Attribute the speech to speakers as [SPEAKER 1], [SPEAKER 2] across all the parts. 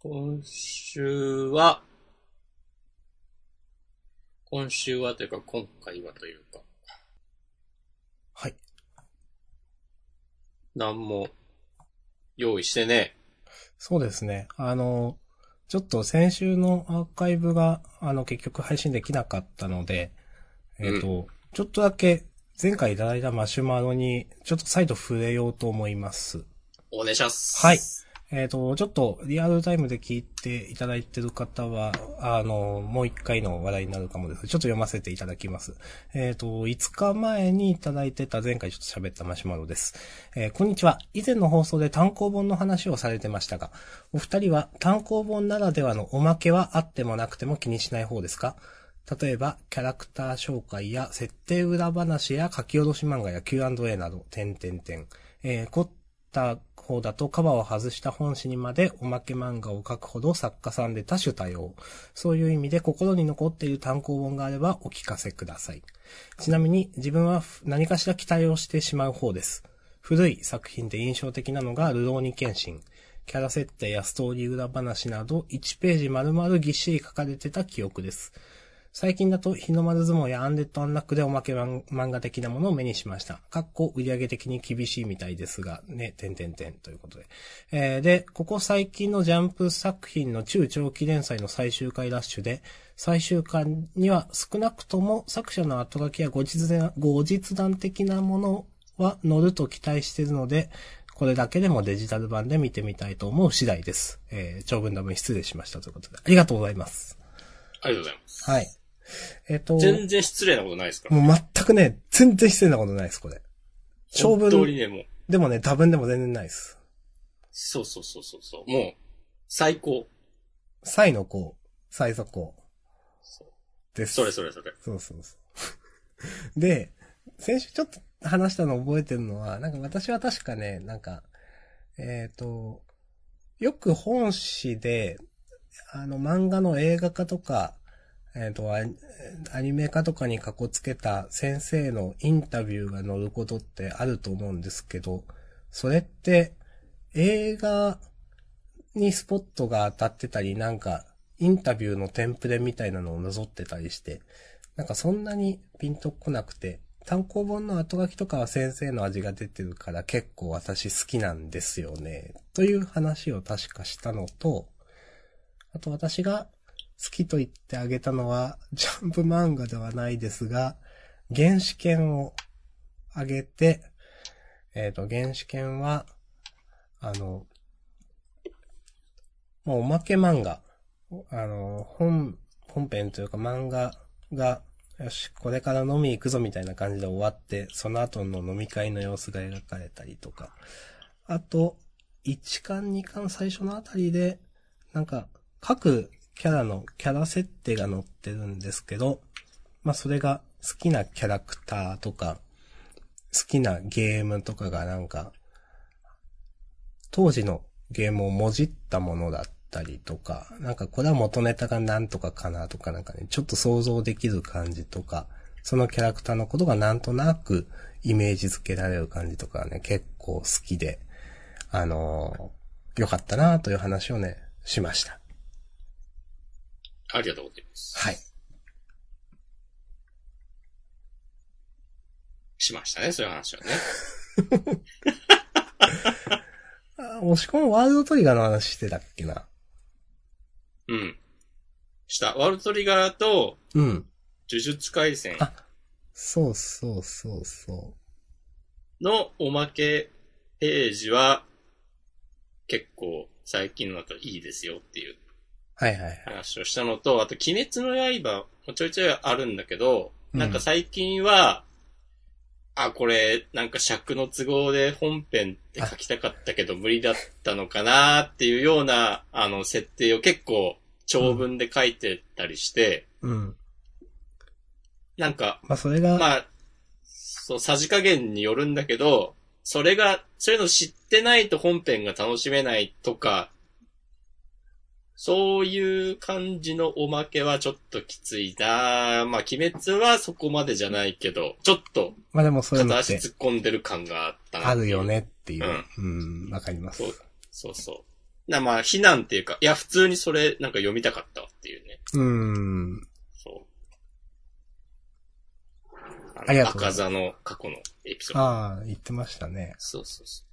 [SPEAKER 1] 今週は、今週はというか、今回はというか、
[SPEAKER 2] はい。
[SPEAKER 1] なんも用意してね
[SPEAKER 2] そうですね。あの、ちょっと先週のアーカイブが、あの、結局配信できなかったので、えっ、と、ちょっとだけ前回いただいたマシュマロに、ちょっと再度触れようと思います。
[SPEAKER 1] え。お願いします。
[SPEAKER 2] はいえっ、と、ちょっとリアルタイムで聞いていただいてる方は、あの、もう一回の話題になるかもです。ちょっと読ませていただきます。えっ、と、5日前にいただいてた前回ちょっと喋ったマシュマロです。えーこんにちは。以前の放送で単行本の話をされてましたが、お二人は単行本ならではのおまけはあってもなくても気にしない方ですか例えば、キャラクター紹介や設定裏話や書き下ろし漫画や Q&A など、点々点。えー凝った方だとカバーを外した本誌にまでおまけ漫画を書くほど作家さんで多種多様。そういう意味で心に残っている単行本があればお聞かせください。ちなみに自分は何かしら期待をしてしまう方です。古い作品で印象的なのがルローニケンシン。キャラ設定やストーリー裏話など1ページ丸々ぎっしり書かれてた記憶です。最近だと日の丸相撲やアンデッドアンラックでおまけ漫漫画的なものを目にしました。かっこ売上的に厳しいみたいですが、ね、点点点ということで。えーで、ここ最近のジャンプ作品の中長期連載の最終回ラッシュで、最終回には少なくとも作者の後書きや後日談後日談的なものは乗ると期待しているので、これだけでもデジタル版で見てみたいと思う次第です。えー長文ダブ失礼しましたということで。ありがとうございます。
[SPEAKER 1] ありがとうございます。
[SPEAKER 2] はい。えっ、と、
[SPEAKER 1] 全然失礼なことないですから。
[SPEAKER 2] もう全くね、全然失礼なことないです、これ。長
[SPEAKER 1] 本当に
[SPEAKER 2] 文
[SPEAKER 1] ね、もう、
[SPEAKER 2] でもね、多分でも全然ないです。
[SPEAKER 1] そうそうそうそうそう。もう、最高。
[SPEAKER 2] 最の子、最速子
[SPEAKER 1] そう
[SPEAKER 2] です。
[SPEAKER 1] それそれそれ。
[SPEAKER 2] そうそうそう。 で、先週ちょっと話したの覚えてるのは、なんか私は確かね、なんか、えっ、と、よく本誌で、あの漫画の映画化とか、えっ、とアニ、アニメ化とかにかこつけた先生のインタビューが載ることってあると思うんですけど、それって映画にスポットが当たってたり、なんかインタビューのテンプレみたいなのをなぞってたりして、なんかそんなにピンとこなくて、単行本の後書きとかは先生の味が出てるから結構私好きなんですよね。という話を確かしたのと、あと私が好きと言ってあげたのは、ジャンプ漫画ではないですが、原始圏をあげて、えっ、と、原始圏は、あの、まあ、おまけ漫画。あの、本、本編というか漫画が、よし、これから飲み行くぞみたいな感じで終わって、その後の飲み会の様子が描かれたりとか。あと、1巻2巻最初のあたりで、なんか、各キャラのキャラ設定が載ってるんですけど、まあそれが好きなキャラクターとか、好きなゲームとかがなんか、当時のゲームをもじったものだったりとか、なんかこれは元ネタがなんとかかなとかなんかね、ちょっと想像できる感じとか、そのキャラクターのことがなんとなくイメージ付けられる感じとかはね、結構好きで、あのー良かったなという話をね、しました。
[SPEAKER 1] ありがとうございます。
[SPEAKER 2] はい。
[SPEAKER 1] しましたね、そういう話はね。
[SPEAKER 2] あ押し込むワールドトリガーの話してたっけな。
[SPEAKER 1] うん。した。ワールドトリガーと、
[SPEAKER 2] うん。
[SPEAKER 1] 呪術廻戦
[SPEAKER 2] あそうそうそうそ
[SPEAKER 1] のおまけページは、結構最近の中でいいですよっていう
[SPEAKER 2] う。はいはいはい。
[SPEAKER 1] 話をしたのと、あと、鬼滅の刃もちょいちょいあるんだけど、
[SPEAKER 2] うん
[SPEAKER 1] なんか最近は、あ、これ、なんか尺の都合で本編って書きたかったけど無理だったのかなっていうような、あの、設定を結構長文で書いてたりして、
[SPEAKER 2] うん。
[SPEAKER 1] なんか、
[SPEAKER 2] まあそれが、
[SPEAKER 1] まあ、そう、さじ加減によるんだけど、それが、そういうの知ってないと本編が楽しめないとか、そういう感じのおまけはちょっときついなまあ、鬼滅はそこまでじゃないけど、ちょっと
[SPEAKER 2] まあでもそういう
[SPEAKER 1] 片
[SPEAKER 2] のっ
[SPEAKER 1] 足
[SPEAKER 2] て
[SPEAKER 1] 突っ込んでる感があったな。
[SPEAKER 2] あるよ。ねっていう。うん、わ、かります
[SPEAKER 1] そう。そうそう。な、まあ、非難っていうか、いや、普通にそれ、なんか読みたかったっていうね。
[SPEAKER 2] うん。
[SPEAKER 1] そう。
[SPEAKER 2] ありがとう
[SPEAKER 1] 赤
[SPEAKER 2] ございます
[SPEAKER 1] 座の過去のエピソード。
[SPEAKER 2] ああ、言ってましたね。
[SPEAKER 1] そうそうそ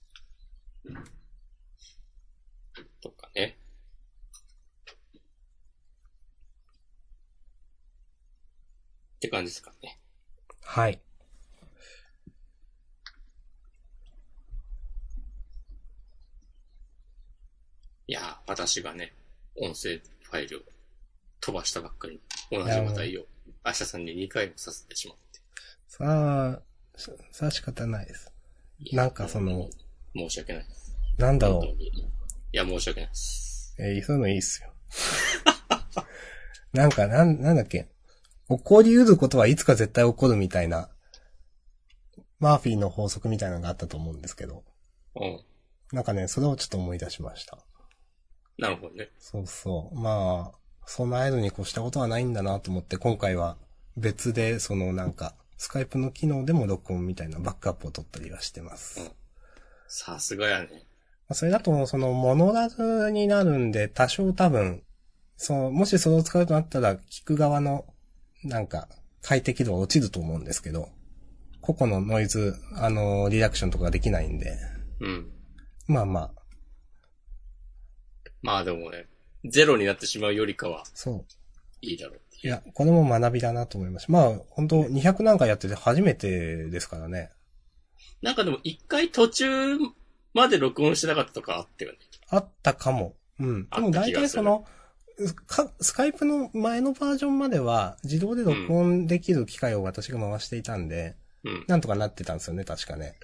[SPEAKER 1] う。とかね。って感じですかね。
[SPEAKER 2] はい。
[SPEAKER 1] いやー、私がね、音声ファイルを飛ばしたばっかりに同じ話題を、明日さんに2回もさせてしまって。
[SPEAKER 2] さあ、しさあ仕方ないです。
[SPEAKER 1] いや
[SPEAKER 2] なんかその、、
[SPEAKER 1] 申し訳ない。
[SPEAKER 2] なんだろう
[SPEAKER 1] 本。当にいや、申し訳ないです。
[SPEAKER 2] えーそういうのいいっすよ。 なんか、なん、なんだっけ。起こり得ることはいつか絶対起こるみたいな、マーフィーの法則みたいなのがあったと思うんですけど。
[SPEAKER 1] うん。
[SPEAKER 2] なんかね、それをちょっと思い出しました。
[SPEAKER 1] なるほどね。
[SPEAKER 2] そうそう。まあ、備えるに越したことはないんだなと思って、今回は別で、そのなんか、スカイプの機能でも録音みたいなバックアップを取ったりはしてます。
[SPEAKER 1] うんさすがやね。
[SPEAKER 2] まあそれだと、その、モノラルになるんで、多少多分、その、もしそれを使うとなったら、聞く側の、なんか、快適度は落ちると思うんですけど、個々のノイズ、あの、リダクションとかができないんで、
[SPEAKER 1] うん。
[SPEAKER 2] まあまあ、
[SPEAKER 1] まあでもね、ゼロになってしまうよりかは
[SPEAKER 2] そう。
[SPEAKER 1] いいだろうっていう。
[SPEAKER 2] いや、これも学びだなと思いました。まあ、本当200なんかやってて初めてですからね。
[SPEAKER 1] なんかでも一回途中まで録音してなかったとかあったよね。
[SPEAKER 2] あったかも。うん。でも
[SPEAKER 1] あった
[SPEAKER 2] 大
[SPEAKER 1] 気が
[SPEAKER 2] 体
[SPEAKER 1] す
[SPEAKER 2] そ
[SPEAKER 1] る
[SPEAKER 2] の、かスカイプの前のバージョンまでは自動で録音できる機械を私が回していたんで、
[SPEAKER 1] うん。
[SPEAKER 2] なんとかなってたんですよね、確かね。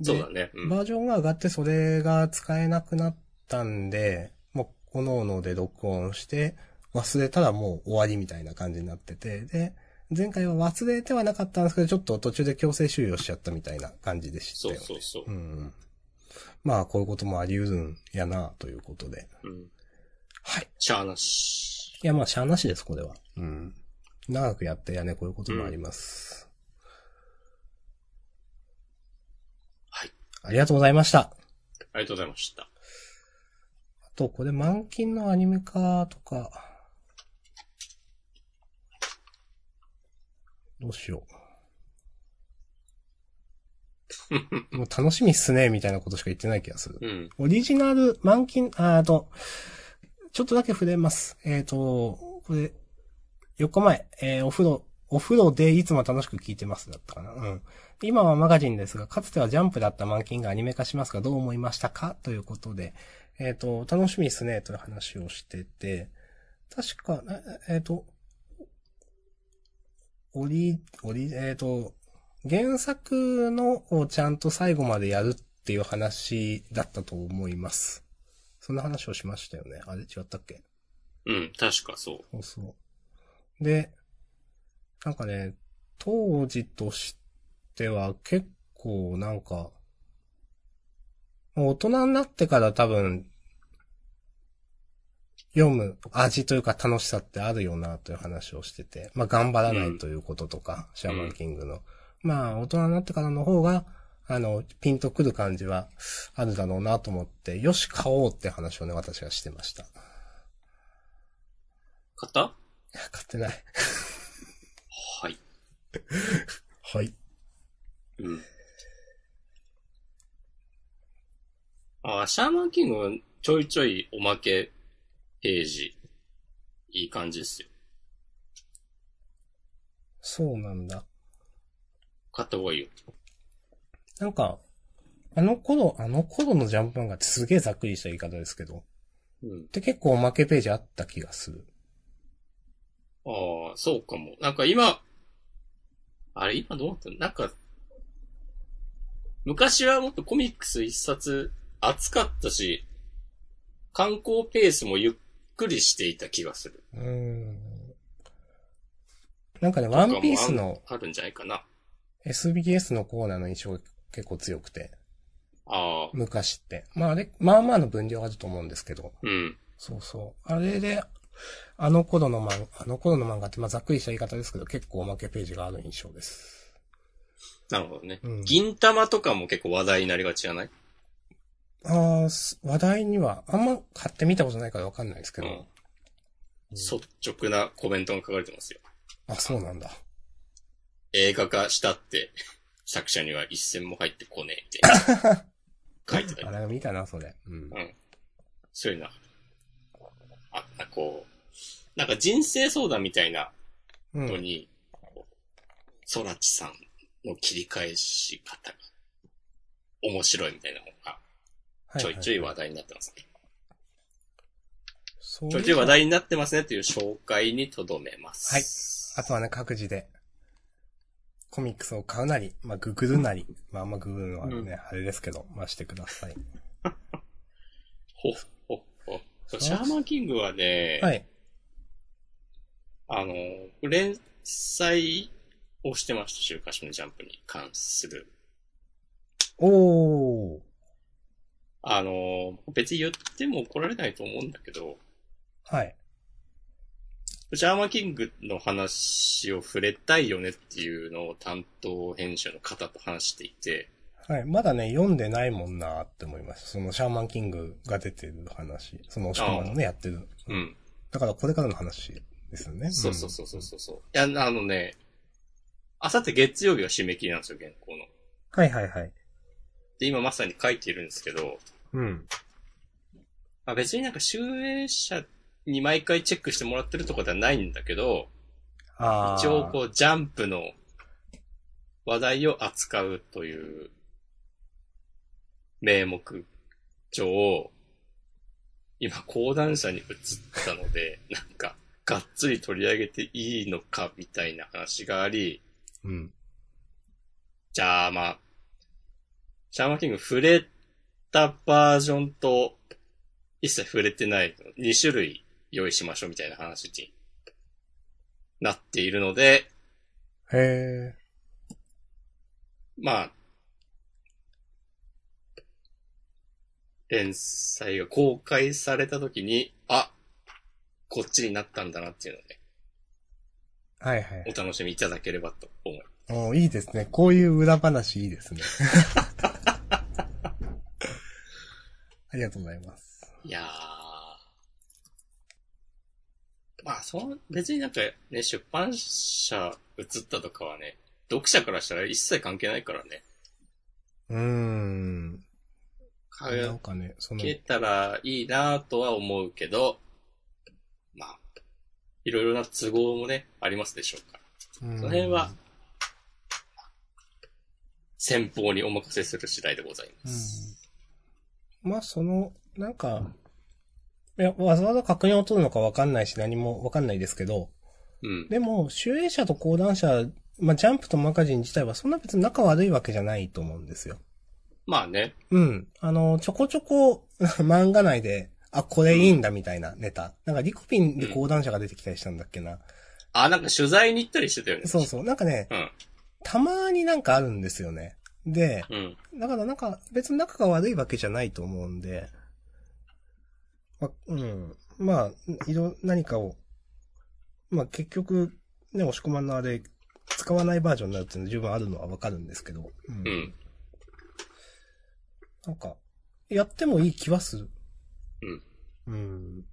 [SPEAKER 2] で
[SPEAKER 1] そうだね。うん。
[SPEAKER 2] バージョンが上がってそれが使えなくなったんで、もう、各々で録音して、忘れたらもう終わりみたいな感じになってて、で、前回は忘れてはなかったんですけど、ちょっと途中で強制終了しちゃったみたいな感じでした
[SPEAKER 1] そう
[SPEAKER 2] よ。
[SPEAKER 1] そうそう
[SPEAKER 2] う。ん。まあ、こういうこともあり得るんやな、ということで。
[SPEAKER 1] うん。
[SPEAKER 2] はい。
[SPEAKER 1] しゃあなし。
[SPEAKER 2] いや、まあ、しゃあなしです、これは。うん。長くやってやね、こういうこともあります。
[SPEAKER 1] はい。
[SPEAKER 2] ありがとうございました。
[SPEAKER 1] ありがとうございました。
[SPEAKER 2] あと、これ、満金のアニメ化とか、どうし よう。もう楽しみっすね、みたいなことしか言ってない気がする。
[SPEAKER 1] うん。
[SPEAKER 2] オリジナル、満金、あーあと、ちょっとだけ触れます。えっ、と、これ、4日前、えーお風呂、お風呂でいつも楽しく聞いてますだったかな。うん。今はマガジンですが、かつてはジャンプだった満金がアニメ化しますが、どう思いましたかということで、えっ、と、楽しみですね、という話をしてて、確か、えっ、えーと、オリ、オリ、えっ、と、原作のをちゃんと最後までやるっていう話だったと思います。そんな話をしましたよね。あれ違ったっけ
[SPEAKER 1] うん。確かそう。
[SPEAKER 2] そうそう。で、なんかね、当時としては結構なんか、もう大人になってから多分、読む味というか楽しさってあるよなという話をしてて、まあ頑張らないということとか、シャーマンキングの。まあ大人になってからの方が、あの、ピンとくる感じはあるだろうなと思って、よし、買おうって話をね、私はしてました。
[SPEAKER 1] 方
[SPEAKER 2] 買ってない。
[SPEAKER 1] はい。
[SPEAKER 2] はい。
[SPEAKER 1] うん。あ、シャーマンキングはちょいちょいおまけページ、いい感じですよ。
[SPEAKER 2] そうなんだ。
[SPEAKER 1] 買った方がいいよ。
[SPEAKER 2] なんか、あの頃、あの頃のジャンプ漫画ってすげえざっくりした言い方ですけど、
[SPEAKER 1] うん。
[SPEAKER 2] で結構おまけページあった気がする。
[SPEAKER 1] ああ、そうかも。なんか今、あれ今どうなったのなんか、昔はもっとコミックス一冊熱かったし、観光ペースもゆっくりしていた気がする。
[SPEAKER 2] うーん。なんかね、ワンピースの
[SPEAKER 1] あるんじゃないかな。
[SPEAKER 2] SBS のコーナーの印象が結構強くて、
[SPEAKER 1] ああ、
[SPEAKER 2] 昔って。まああれ、まあまあの分量あると思うんですけど、
[SPEAKER 1] うん。
[SPEAKER 2] そうそう。あれで、あの頃の漫画、あの頃の漫画ってまあざっくりした言い方ですけど、結構おまけページがある印象です。
[SPEAKER 1] なるほどね。
[SPEAKER 2] うん
[SPEAKER 1] 銀玉とかも結構話題になりがちじゃない
[SPEAKER 2] あーす話題には、あんま買ってみたことないからわかんないですけど、
[SPEAKER 1] うん率直なコメントが書かれてますよ。
[SPEAKER 2] あ、そうなんだ。
[SPEAKER 1] 映画化したって、作者には一銭も入ってこねえって。書いてた
[SPEAKER 2] あ、
[SPEAKER 1] り。
[SPEAKER 2] なんか見たな、それ。うん。
[SPEAKER 1] そういうな。あ、なんかこう、なんか人生相談みたいな
[SPEAKER 2] う
[SPEAKER 1] の
[SPEAKER 2] ん。
[SPEAKER 1] に、ソラチさんの切り返し方が面白いみたいなのが、ちょいちょい話題になってますね。
[SPEAKER 2] そう
[SPEAKER 1] ちょいちょい話題になってますねという紹介にとどめます。
[SPEAKER 2] あとはね、各自で、コミックスを買うなり、まあ、ググるなり、まあ、あんまググるのはね、
[SPEAKER 1] うん
[SPEAKER 2] あれですけど、まあ、してください。
[SPEAKER 1] ほっほっほ。シャーマンキングはね、
[SPEAKER 2] はい。
[SPEAKER 1] あの、連載をしてました、週刊誌のジャンプに関する。
[SPEAKER 2] おー。
[SPEAKER 1] あの、別に言っても怒られないと思うんだけど、
[SPEAKER 2] はい。
[SPEAKER 1] ジャーマンキングの話を触れたいよねっていうのを担当編集の方と話していて、
[SPEAKER 2] はい。まだね、読んでないもんなーって思いました。その、シャーマンキングが出てる話。その、押し込まんのね、やってる。
[SPEAKER 1] う。ん。
[SPEAKER 2] だから、これからの話ですよね。
[SPEAKER 1] そうそうそうそうそうそう。いや、あのね、あさって月曜日が締め切りなんですよ、原稿の。
[SPEAKER 2] うん。はいはいはい。
[SPEAKER 1] で、今まさに書いているんですけど、
[SPEAKER 2] うん。
[SPEAKER 1] まあ、別になんか集英社に毎回チェックしてもらってるとかではないんだけど、
[SPEAKER 2] あー。
[SPEAKER 1] 一応こうジャンプの話題を扱うという名目上、今講談社に移ったので、 なんかがっつり取り上げていいのかみたいな話があり、
[SPEAKER 2] うん。
[SPEAKER 1] じゃあまあ、シャーマンキング触れたバージョンと一切触れてない2種類用意しましょうみたいな話になっているので、
[SPEAKER 2] へ
[SPEAKER 1] まあ、連載が公開された時に、あ、こっちになったんだなっていうので、
[SPEAKER 2] ー。はいはい。
[SPEAKER 1] お楽しみいただければと思います。
[SPEAKER 2] おーいいですね。こういう裏話いい ですね。ありがとうございます。
[SPEAKER 1] いやー。まあ、その、別になんかね、出版社移ったとかはね、読者からしたら一切関係ないからね。
[SPEAKER 2] うーん。
[SPEAKER 1] か
[SPEAKER 2] なんかね、その、
[SPEAKER 1] けたらいいなとは思うけど、まあ、いろいろな都合もね、ありますでしょうから。
[SPEAKER 2] その
[SPEAKER 1] その辺は、先方にお任せする次第でございます。
[SPEAKER 2] うん、まあ、その、なんか、いや、わざわざ確認を取るのかわかんないし、何もわかんないですけど、
[SPEAKER 1] うん。
[SPEAKER 2] でも、集英社と講談社、まあ、ジャンプとマガジン自体はそんな別に仲悪いわけじゃないと思うんですよ。
[SPEAKER 1] まあね。
[SPEAKER 2] うん。あの、ちょこちょこ、 漫画内で、あ、これいいんだみたいなネタ。なんか、リコピンで講談社が出てきたりしたんだっけな。
[SPEAKER 1] あ、なんか取材に行ったりしてたよね。
[SPEAKER 2] そうそう。なんかね、
[SPEAKER 1] うん。
[SPEAKER 2] たまーになんかあるんですよね。で、
[SPEAKER 1] うん。
[SPEAKER 2] だからなんか、別に仲が悪いわけじゃないと思うんで、ま、うん。まあ、いろ、何かを、まあ結局、ね、押し込まんのあれ、使わないバージョンになるっていうのは十分あるのはわかるんですけど、うん
[SPEAKER 1] うん。
[SPEAKER 2] なんか、やってもいい気はする。うん。うん。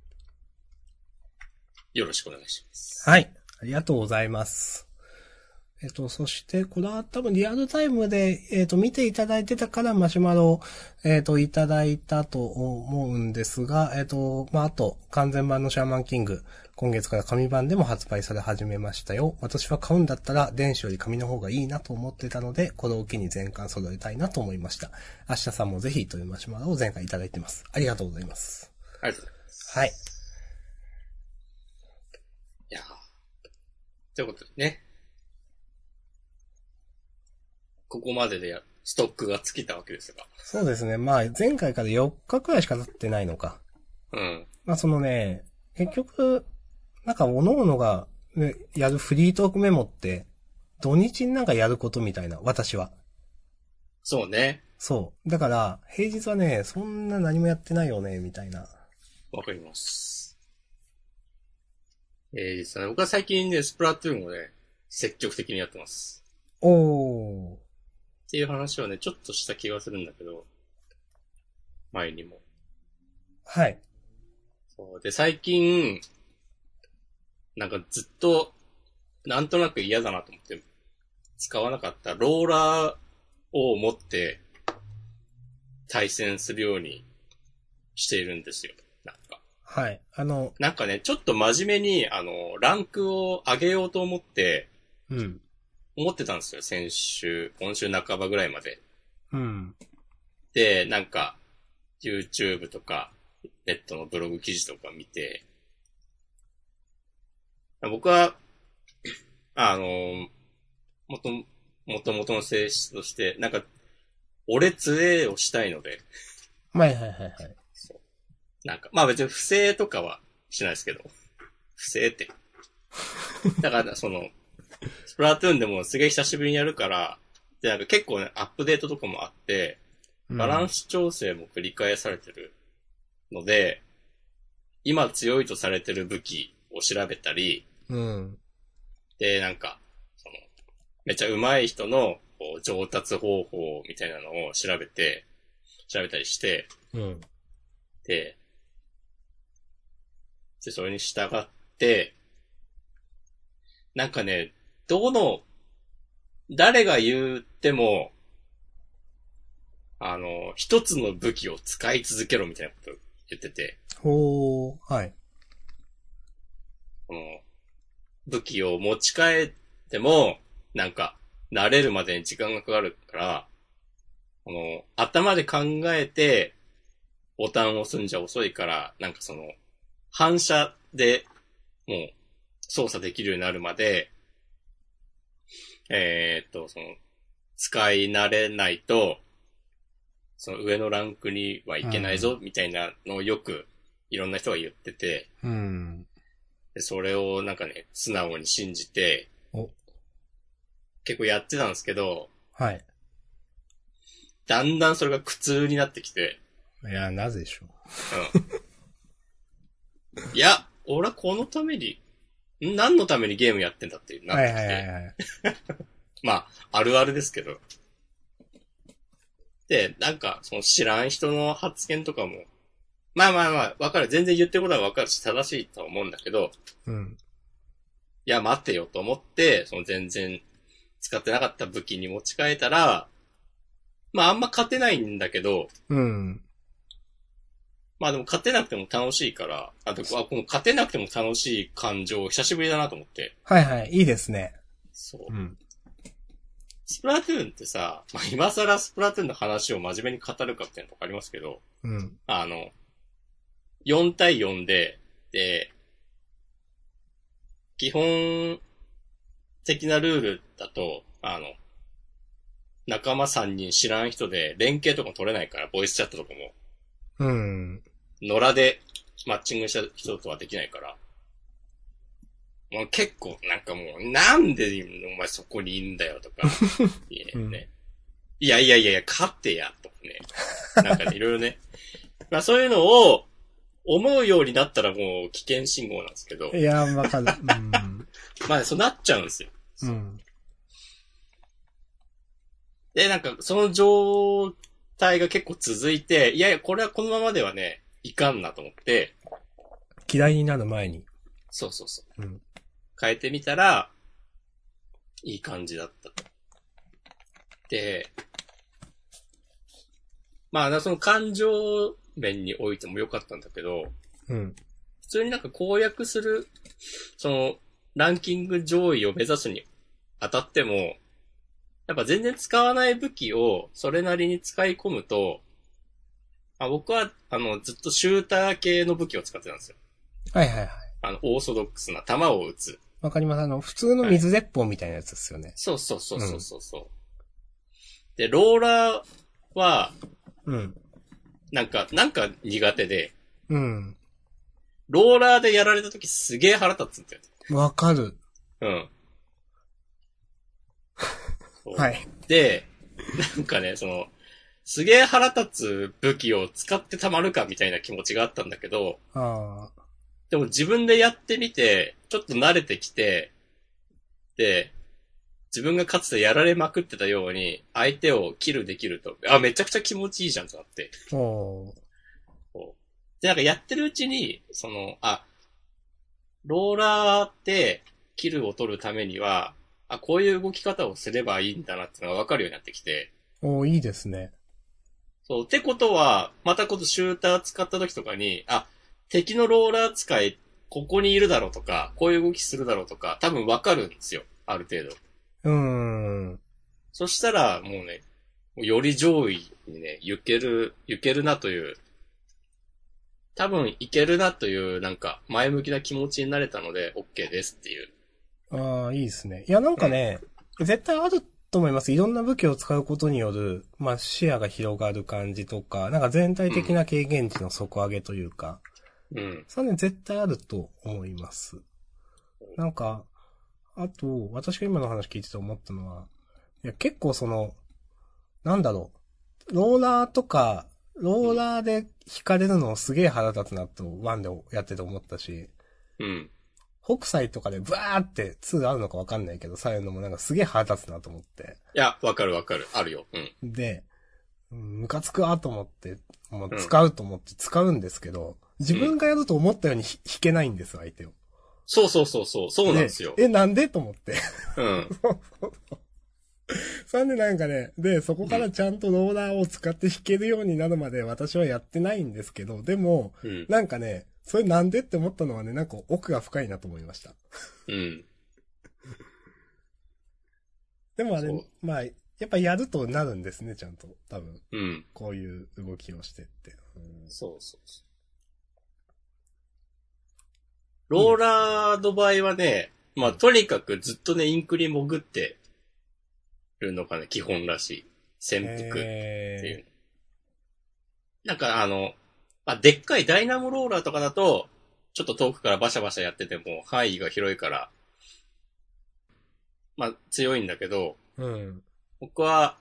[SPEAKER 1] よろしくお願いします。
[SPEAKER 2] はい。ありがとうございます。えっと、そして、これは多分リアルタイムで、えっと、見ていただいてたからマシュマロを、えっと、いただいたと思うんですが、えっと、まあ、あと、完全版のシャーマンキング、今月から紙版でも発売され始めましたよ。私は買うんだったら、電子より紙の方がいいなと思ってたので、これを機に全巻揃えたいなと思いました。明日さんもぜひというマシュマロを前回いただいてます。ありがとうございます。
[SPEAKER 1] ありがとうございます。
[SPEAKER 2] はい。
[SPEAKER 1] いやーということでね。ここまででやストックが尽きたわけですが。
[SPEAKER 2] そうですね。まあ、前回から4日くらいしか経ってないのか。
[SPEAKER 1] うん。
[SPEAKER 2] まあそのね、結局、なんか各々が、ね、やるフリートークメモって、土日になんかやることみたいな、私は。
[SPEAKER 1] そうね。
[SPEAKER 2] そう。だから、平日はね、そんな何もやってないよね、みたいな。
[SPEAKER 1] わかります。えー、実はね、僕は最近ね、スプラトゥーンをね、積極的にやってます。
[SPEAKER 2] おー。
[SPEAKER 1] っていう話はね、ちょっとした気がするんだけど、前にも。
[SPEAKER 2] はい。
[SPEAKER 1] そうで、最近、なんかずっと、なんとなく嫌だなと思って、使わなかったローラーを持って、対戦するようにしているんですよ。なんか。
[SPEAKER 2] はい。あの、
[SPEAKER 1] なんかね、ちょっと真面目に、あの、ランクを上げようと思って、
[SPEAKER 2] うん。
[SPEAKER 1] 思ってたんですよ。先週、今週半ばぐらいまで。
[SPEAKER 2] うん。
[SPEAKER 1] で、なんか、YouTube とか、ネットのブログ記事とか見て、僕は、あの、もと、もともとの性質として、なんか、俺強えをしたいので、
[SPEAKER 2] はいはいはいはい。
[SPEAKER 1] なんか、まあ別に不正とかはしないですけど、不正って。だから、その、スプラトゥーンでもすげえ久しぶりにやるから、で、なんか結構ね、アップデートとかもあって、バラン
[SPEAKER 2] ス。
[SPEAKER 1] ス調整も繰り返されてるので、今強いとされてる武器を調べたり、
[SPEAKER 2] うん。
[SPEAKER 1] で、なんか、その、めっちゃ上手い人のこう上達方法みたいなのを調べて、調べたりして、
[SPEAKER 2] うん。
[SPEAKER 1] で、でそれに従って、なんかね、どの、誰が言っても、あの、一つの武器を使い続けろみたいなこと言ってて、
[SPEAKER 2] ほー。はい。
[SPEAKER 1] この、武器を持ち替えても、なんか、慣れるまでに時間がかかるから、この、頭で考えて、ボタンを押すんじゃ遅いから、なんかその、反射で、もう、操作できるようになるまで、えーっと、その、使い慣れないと、その上のランクにはいけないぞ、みたいなのをよく、いろんな人が言ってて、
[SPEAKER 2] うん。
[SPEAKER 1] で、それをなんかね、素直に信じて
[SPEAKER 2] お、
[SPEAKER 1] 結構やってたんですけど、
[SPEAKER 2] はい。
[SPEAKER 1] だんだんそれが苦痛になってきて、
[SPEAKER 2] いや、なぜでしょ
[SPEAKER 1] いや、俺はこのために、ん何のためにゲームやってんだっていう
[SPEAKER 2] う。
[SPEAKER 1] なっ
[SPEAKER 2] は
[SPEAKER 1] て
[SPEAKER 2] い
[SPEAKER 1] きて、
[SPEAKER 2] はいはいはい。
[SPEAKER 1] まあ、あるあるですけど。で、なんか、その知らん人の発言とかも、まあまあまあ、わかる。全然言ってることはわかるし、正しいとは思うんだけど、
[SPEAKER 2] うん。
[SPEAKER 1] いや、待てよと思って、その全然使ってなかった武器に持ち替えたら、まああんま勝てないんだけど、
[SPEAKER 2] うん。
[SPEAKER 1] まあでも勝てなくても楽しいから、あと、あこの勝てなくても楽しい感情、久しぶりだなと思って。
[SPEAKER 2] はいはい。いいですね。
[SPEAKER 1] そう。
[SPEAKER 2] ん。
[SPEAKER 1] スプラトゥーンってさ、まあ今更スプラトゥーンの話を真面目に語るかっていうのとかありますけど、
[SPEAKER 2] うん。
[SPEAKER 1] あの、4対4で、で、基本的なルールだと、あの、仲間3人知らん人で連携とかも取れないから、ボイスチャットとかも、
[SPEAKER 2] うん。
[SPEAKER 1] 野良でマッチングした人とはできないから。もう結構、なんかもう、なんでお前そこにいんだよと か、いや
[SPEAKER 2] うん
[SPEAKER 1] ねいやいやいやいや、勝ってや、とかね。なんかね、いろいろね。 まあそういうのを、思うようになったらもう危険信号なんですけど
[SPEAKER 2] い、や、わかる。うん。
[SPEAKER 1] まあそうなっちゃうんですよ。
[SPEAKER 2] うん。
[SPEAKER 1] で、なんか、その状態が結構続いて、いやいや、これはこのままではね、いかんなと思って、
[SPEAKER 2] 嫌いになる前に。
[SPEAKER 1] そうそうそう。
[SPEAKER 2] うん。
[SPEAKER 1] 変えてみたら、いい感じだったと。で、まあ、その感情面においても良かったんだけど、
[SPEAKER 2] うん。
[SPEAKER 1] 普通になんか攻略する、その、ランキング上位を目指すにあたっても、やっぱ全然使わない武器をそれなりに使い込むと、あ僕は、あの、ずっとシューター系の武器を使ってたんですよ。
[SPEAKER 2] はいはいはい。
[SPEAKER 1] あの、オーソドックスな弾を撃つ。
[SPEAKER 2] わかります。あの、普通の水鉄砲みたいなやつですよね。
[SPEAKER 1] そうそうそうそうそうそう、で、ローラーは、
[SPEAKER 2] うん。
[SPEAKER 1] なんか、なんか苦手で、
[SPEAKER 2] うん。
[SPEAKER 1] ローラーでやられた時すげえ腹立つんだよね。
[SPEAKER 2] わかる。
[SPEAKER 1] うん。そう
[SPEAKER 2] はい。。
[SPEAKER 1] で、なんかね、その、すげえ腹立つ武器を使ってたまるかみたいな気持ちがあったんだけど、
[SPEAKER 2] ああ。
[SPEAKER 1] でも自分でやってみて、ちょっと慣れてきて、で、自分がかつてやられまくってたように、相手をキルできると、あ、めちゃくちゃ気持ちいいじゃんってなって。
[SPEAKER 2] おー
[SPEAKER 1] で、なんかやってるうちに、その、あ、ローラーって、キルを取るためには、あ、こういう動き方をすればいいんだなってのがわかるようになってきて、
[SPEAKER 2] おーいいですね。
[SPEAKER 1] そう、ってことは、またこのシューター使った時とかに、あ、敵のローラー使い、ここにいるだろうとか、こういう動きするだろうとか、多分わかるんですよ。ある程度。
[SPEAKER 2] うーん。
[SPEAKER 1] そしたら、もうね、より上位にね、行ける、行けるなという、多分行けるなという、なんか、前向きな気持ちになれたので、OK ですっていう。
[SPEAKER 2] ああ、いいですね。いや、なんかね、絶対あると思います。いろんな武器を使うことによる、まあ、視野が広がる感じとか、なんか全体的な経験値の底上げというか、
[SPEAKER 1] うん。
[SPEAKER 2] それね、絶対あると思います。なんか、あと、私が今の話聞いてて思ったのは、いや、結構その、なんだろう、ローラーとか、ローラーで引かれるのすげえ腹立つなと、ワンでやってて思ったし、
[SPEAKER 1] うん。
[SPEAKER 2] 北斎とかでブワーって2あるのかわかんないけど、されるのもなんかすげえ腹立つなと思って。
[SPEAKER 1] いや、わかるわかる。あるよ。うん。
[SPEAKER 2] で、うんムカつくわと思って、も
[SPEAKER 1] う
[SPEAKER 2] うん使うと思って使うんですけど、自分がやると思ったようにひ引けないんです、相手を。
[SPEAKER 1] そうそうそうそう。そうなんですよ。
[SPEAKER 2] え、なんでと思って。
[SPEAKER 1] うん。
[SPEAKER 2] それでなんかね、で、そこからちゃんとローラーを使って弾けるようになるまで私はやってないんですけど、でも、
[SPEAKER 1] うん。
[SPEAKER 2] なんかね、それなんでって思ったのはね、なんか奥が深いなと思いました。
[SPEAKER 1] うん。
[SPEAKER 2] でもあれ
[SPEAKER 1] そう、
[SPEAKER 2] まあ、やっぱやるとなるんですね、ちゃんと。多分、
[SPEAKER 1] うん。
[SPEAKER 2] こういう動きをしてって。うん
[SPEAKER 1] そうそうそう。ローラーの場合はね、まあ、とにかくずっとね、インクに潜ってるのがね、基本らしい。潜伏。っていう
[SPEAKER 2] へ。
[SPEAKER 1] なんかあの、まあ、でっかいダイナモローラーとかだと、ちょっと遠くからバシャバシャやってても範囲が広いから、まあ強いんだけど、
[SPEAKER 2] ーうん。
[SPEAKER 1] 僕は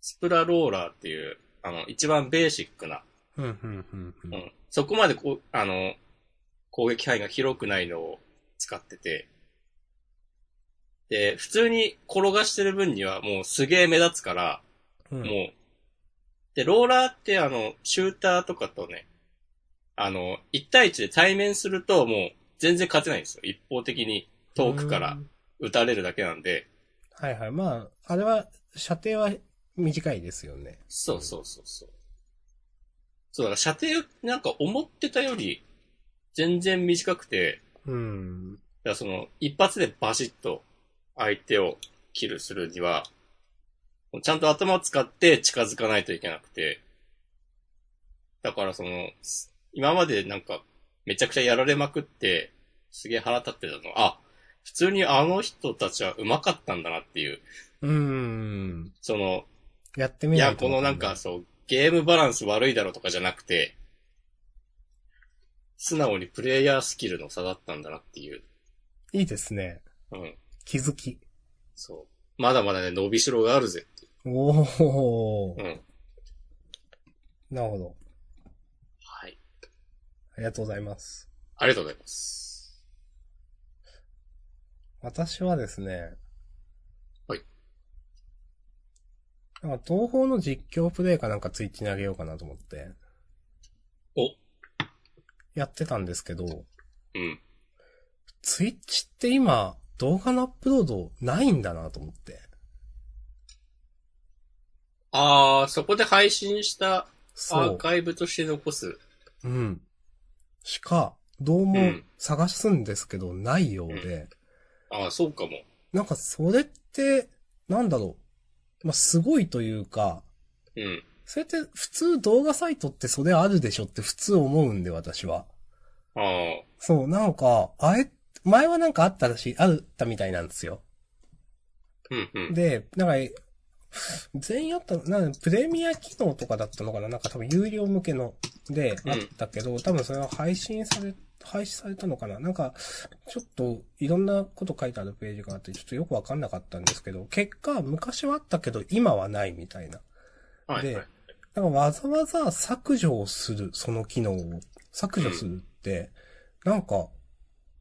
[SPEAKER 1] スプラローラーっていう、あの、一番ベーシックな、
[SPEAKER 2] うん、うん、うんう。
[SPEAKER 1] うんん。そこまでこう、あの、攻撃範囲が広くないのを使ってて、で、普通に転がしてる分にはもうすげえ目立つから、
[SPEAKER 2] うん。
[SPEAKER 1] もう。で、ローラーってあの、シューターとかとね、あの、1対1で対面するともう全然勝てないんですよ。一方的に遠くから
[SPEAKER 2] うん。
[SPEAKER 1] 撃たれるだけなんで。
[SPEAKER 2] はいはい。まあ、あれは、射程は短いですよね。
[SPEAKER 1] そうそうそうそう。そう、だから射程なんか思ってたより全然短くて、
[SPEAKER 2] うん。
[SPEAKER 1] だからその、一発でバシッと相手をキルするには、ちゃんと頭を使って近づかないといけなくて、だからその、す今までなんか、めちゃくちゃやられまくって、すげえ腹立ってたの、あ、普通にあの人たちは上手かったんだなっていう、
[SPEAKER 2] うん。
[SPEAKER 1] その、
[SPEAKER 2] やってみ
[SPEAKER 1] い
[SPEAKER 2] ない
[SPEAKER 1] や、
[SPEAKER 2] と
[SPEAKER 1] このなんか、そう、ゲームバランス悪いだろとかじゃなくて、素直にプレイヤースキルの差だったんだなっていう、
[SPEAKER 2] いいですね。
[SPEAKER 1] うん。
[SPEAKER 2] 気づき。
[SPEAKER 1] そう。まだまだね、伸びしろがあるぜ。
[SPEAKER 2] おお、
[SPEAKER 1] うん。
[SPEAKER 2] なるほど。
[SPEAKER 1] はい。
[SPEAKER 2] ありがとうございます。
[SPEAKER 1] ありがとうございます。
[SPEAKER 2] 私はですね。
[SPEAKER 1] はい。
[SPEAKER 2] なんか東方の実況プレイかなんかツイッチにあげようかなと思って。
[SPEAKER 1] お
[SPEAKER 2] やってたんですけど、
[SPEAKER 1] うん。
[SPEAKER 2] ツイッチって今、動画のアップロードないんだなと思って。
[SPEAKER 1] あー、そこで配信した
[SPEAKER 2] そ
[SPEAKER 1] アー
[SPEAKER 2] う。
[SPEAKER 1] カイブとして残す。
[SPEAKER 2] うん。しか、どうも
[SPEAKER 1] うん
[SPEAKER 2] 探すんですけど、ないようで。
[SPEAKER 1] あー、そうかも。
[SPEAKER 2] なんかそれって、なんだろう。まあ、すごいというか、
[SPEAKER 1] うん。
[SPEAKER 2] それって普通動画サイトってそれあるでしょって普通思うんで私は。
[SPEAKER 1] あー、
[SPEAKER 2] そう、なんか、あえ、前はなんかあったらしい、あったみたいなんですよ。
[SPEAKER 1] うんうん。
[SPEAKER 2] で、なんか、え全員あったの、なんかプレミア機能とかだったのかななんか多分有料向けので
[SPEAKER 1] うん
[SPEAKER 2] あったけど、多分それは配信され、廃止されたのかななんか、ちょっといろんなこと書いてあるページがあって、ちょっとよくわかんなかったんですけど、結果、昔はあったけど、今はないみたいな。
[SPEAKER 1] はい、
[SPEAKER 2] で
[SPEAKER 1] はい。
[SPEAKER 2] だからわざわざ削除をする、その機能を。削除するって、なんか、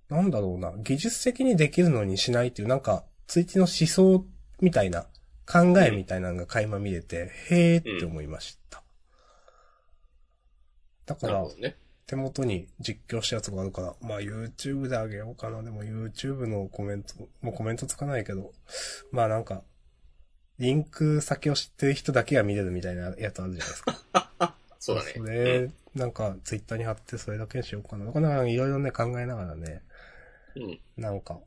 [SPEAKER 2] なんだろうな、技術的にできるのにしないっていう、なんか、ツイッチの思想みたいな、考えみたいなのが垣間見れて、へーって思いました。だか
[SPEAKER 1] なる
[SPEAKER 2] ら
[SPEAKER 1] ほ、どね。
[SPEAKER 2] 手元に実況したやつがあるから、まあ YouTube であげようかな。でも YouTube のコメント、もうコメントつかないけど、まあなんか、リンク先を知ってる人だけが見れるみたいなやつあるじゃないですか。
[SPEAKER 1] そうだね。
[SPEAKER 2] そ
[SPEAKER 1] うん
[SPEAKER 2] れ、なんかツイッターに貼ってそれだけにしようかな。とかなんかいろいろね考えながらね、
[SPEAKER 1] うん。
[SPEAKER 2] なんか、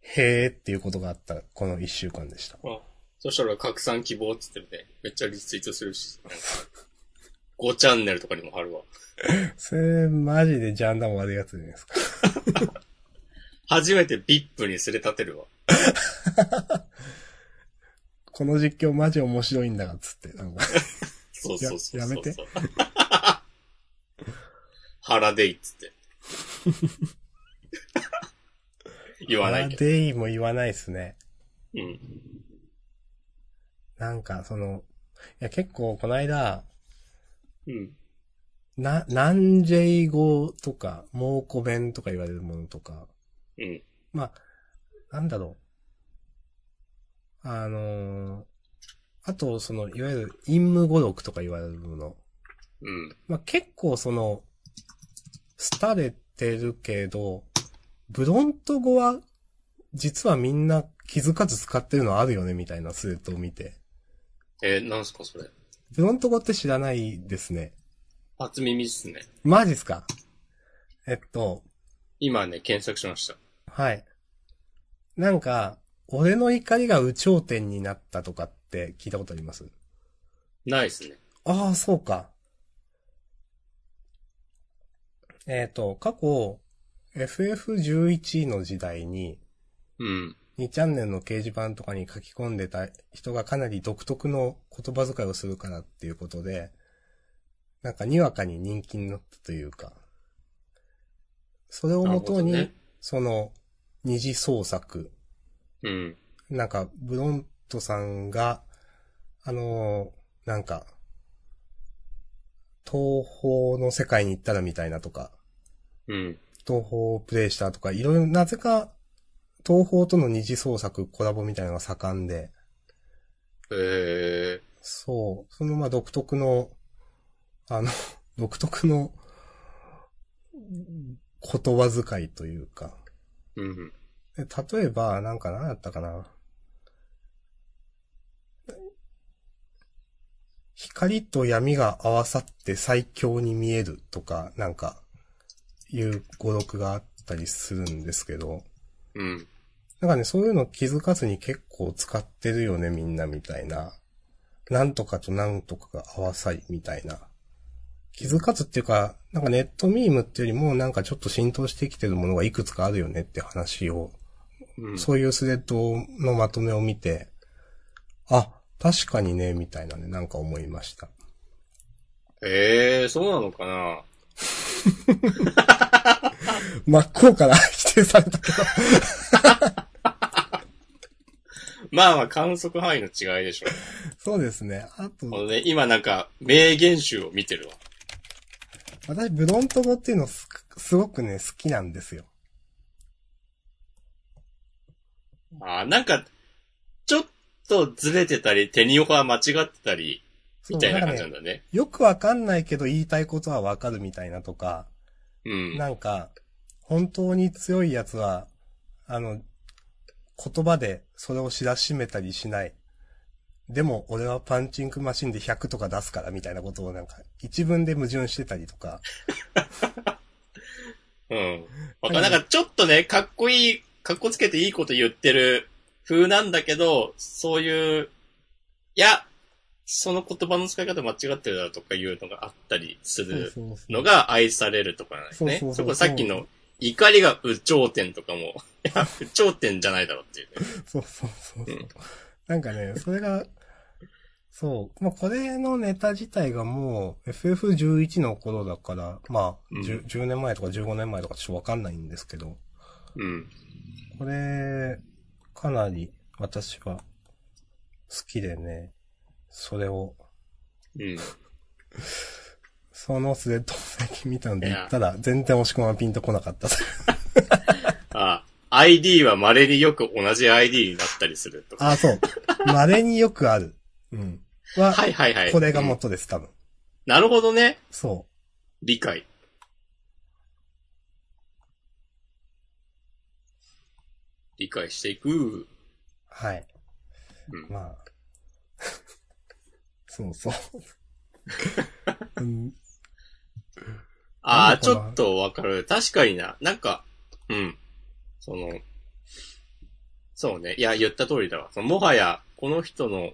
[SPEAKER 2] へーっていうことがあった、この一週間でした。
[SPEAKER 1] あそしたら拡散希望って言ってるね。めっちゃリツイートするし。5チャンネルとかにも貼るわ。
[SPEAKER 2] それ、マジでジャンダン悪いやつじゃないですか。
[SPEAKER 1] 初めて VIP にすれ立てるわ。
[SPEAKER 2] この実況マジ面白いんだが、つって。なんか
[SPEAKER 1] そうそうそうそう。
[SPEAKER 2] ややめて。
[SPEAKER 1] 腹でいいっつって。 言わないけど。
[SPEAKER 2] デイも言わないですね。
[SPEAKER 1] うん。
[SPEAKER 2] なんか、その、いや、結構、この間、
[SPEAKER 1] うん。
[SPEAKER 2] な、何 J 語とか、猛古弁とか言われるものとか、
[SPEAKER 1] うん。
[SPEAKER 2] まあ、なんだろう。あのーあと、その、いわゆる、陰夢語録とか言われるもの。
[SPEAKER 1] うん。
[SPEAKER 2] まあ、結構その、廃れてるけど、ブロント語は、実はみんな気づかず使ってるのあるよね、みたいなスレッドを見て。
[SPEAKER 1] えーなんすかそれ。
[SPEAKER 2] ブロント語って知らないですね。
[SPEAKER 1] 初耳っすね。
[SPEAKER 2] マジっすかえっと、
[SPEAKER 1] 今ね、検索しました。
[SPEAKER 2] はい。なんか、俺の怒りが有頂天になったとかって聞いたことあります
[SPEAKER 1] ないっすね。
[SPEAKER 2] ああ、そうか。えっ、と、過去、FF11 の時代に、
[SPEAKER 1] うん。
[SPEAKER 2] 2チャンネルの掲示板とかに書き込んでた人がかなり独特の言葉遣いをするからっていうことで、なんかにわかに人気になったというか、それをもとに、
[SPEAKER 1] なるほどね
[SPEAKER 2] その、二次創作、
[SPEAKER 1] うん。
[SPEAKER 2] なんか、ブロントさんが、あのーなんか、東方の世界に行ったらみたいなとか、
[SPEAKER 1] うん。
[SPEAKER 2] 東方をプレイしたとか、いろいろ、なぜか、東方との二次創作コラボみたいなのが盛んで、
[SPEAKER 1] え
[SPEAKER 2] そう、そのまあ独特の、あの、独特の、言葉遣いというか、
[SPEAKER 1] ー、うん。
[SPEAKER 2] で例えば、なんか何だったかな。光と闇が合わさって最強に見えるとか、なんか、いう語録があったりするんですけど、
[SPEAKER 1] うん。
[SPEAKER 2] なんかね、そういうの気づかずに結構使ってるよね、みんなみたいな。なんとかとなんとかが合わさり、みたいな。気づかずっていうか、なんかネットミームっていうよりも、なんかちょっと浸透してきてるものがいくつかあるよねって話を
[SPEAKER 1] うん。
[SPEAKER 2] そういうスレッドのまとめを見て、あ、確かにね、みたいなね、なんか思いました。
[SPEAKER 1] ええー、そうなのかな
[SPEAKER 2] 真っ向から否定されたけ ど。
[SPEAKER 1] まあまあ観測範囲の違いでしょ う。
[SPEAKER 2] そうですね。あ、
[SPEAKER 1] ことのね、今なんか、名言集を見てるわ。
[SPEAKER 2] 私、ブロント語っていうのすすごくね、好きなんですよ。
[SPEAKER 1] あーなんか、ちょっとずれてたり、手に横は間違ってたり、
[SPEAKER 2] そう
[SPEAKER 1] みたいな
[SPEAKER 2] なん
[SPEAKER 1] 感じ
[SPEAKER 2] か
[SPEAKER 1] なん
[SPEAKER 2] ね、
[SPEAKER 1] だね。
[SPEAKER 2] よくわかんないけど言いたいことはわかるみたいなとか、
[SPEAKER 1] うん。
[SPEAKER 2] なんか、本当に強いやつは、あの、言葉でそれを知らしめたりしない。でも、俺はパンチングマシンで100とか出すから、みたいなことをなんか、一文で矛盾してたりとか。
[SPEAKER 1] うん。わかんなんかちょっとね、かっこいい、かっこつけていいこと言ってる風なんだけど、そういう、いや、その言葉の使い方間違ってるだろうとかいうのがあったりする
[SPEAKER 2] そう
[SPEAKER 1] のが愛されるとかなんですね
[SPEAKER 2] そう。そ
[SPEAKER 1] そう
[SPEAKER 2] そう
[SPEAKER 1] こさっきの怒りが有頂天とかも、い や、有頂天じゃないだろうっていうね。
[SPEAKER 2] そうそうそうそう
[SPEAKER 1] うん
[SPEAKER 2] なんかね、それが、そう。まあ、これのネタ自体がもう、FF11 の頃だから、まあ10、
[SPEAKER 1] うん
[SPEAKER 2] 10年前とか15年前とかちょっとわかんないんですけど、
[SPEAKER 1] うん。
[SPEAKER 2] これ、かなり私は好きでね、それを、
[SPEAKER 1] うん。
[SPEAKER 2] そのスレッドを最近見たんで
[SPEAKER 1] いや
[SPEAKER 2] 言ったら、全然押し込まんピンとこなかった。
[SPEAKER 1] あ、ID は稀によく同じ ID になったりするとか。
[SPEAKER 2] あ、そう。稀によくある。うん。は、
[SPEAKER 1] はいはいはい。
[SPEAKER 2] これが
[SPEAKER 1] うん
[SPEAKER 2] 元です、多分。
[SPEAKER 1] なるほどね。
[SPEAKER 2] そ
[SPEAKER 1] 理解。理解していく。
[SPEAKER 2] はい。
[SPEAKER 1] うん
[SPEAKER 2] まあ。 そうそう。うん、
[SPEAKER 1] あ
[SPEAKER 2] な
[SPEAKER 1] あ、
[SPEAKER 2] んだ
[SPEAKER 1] ち
[SPEAKER 2] こ
[SPEAKER 1] ょ
[SPEAKER 2] の
[SPEAKER 1] っとわかる。確かにな。なんか、うん。その、そうね。いや、言った通りだわ。そのもはや、この人の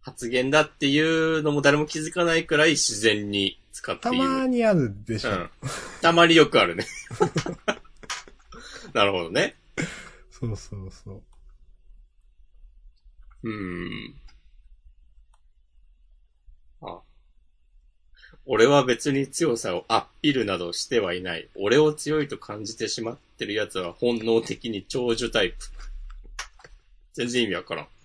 [SPEAKER 1] 発言だっていうのも誰も気づかないくらい自然に使って
[SPEAKER 2] た
[SPEAKER 1] いる。
[SPEAKER 2] まにあるでしょ。
[SPEAKER 1] うん。たまによくあるね。 なるほどね。
[SPEAKER 2] そうそうそ
[SPEAKER 1] う
[SPEAKER 2] う。
[SPEAKER 1] ん。あ。俺は別に強さをアピールなどしてはいない。俺を強いと感じてしまってる奴は本能的に長寿タイプ。全然意味わからん。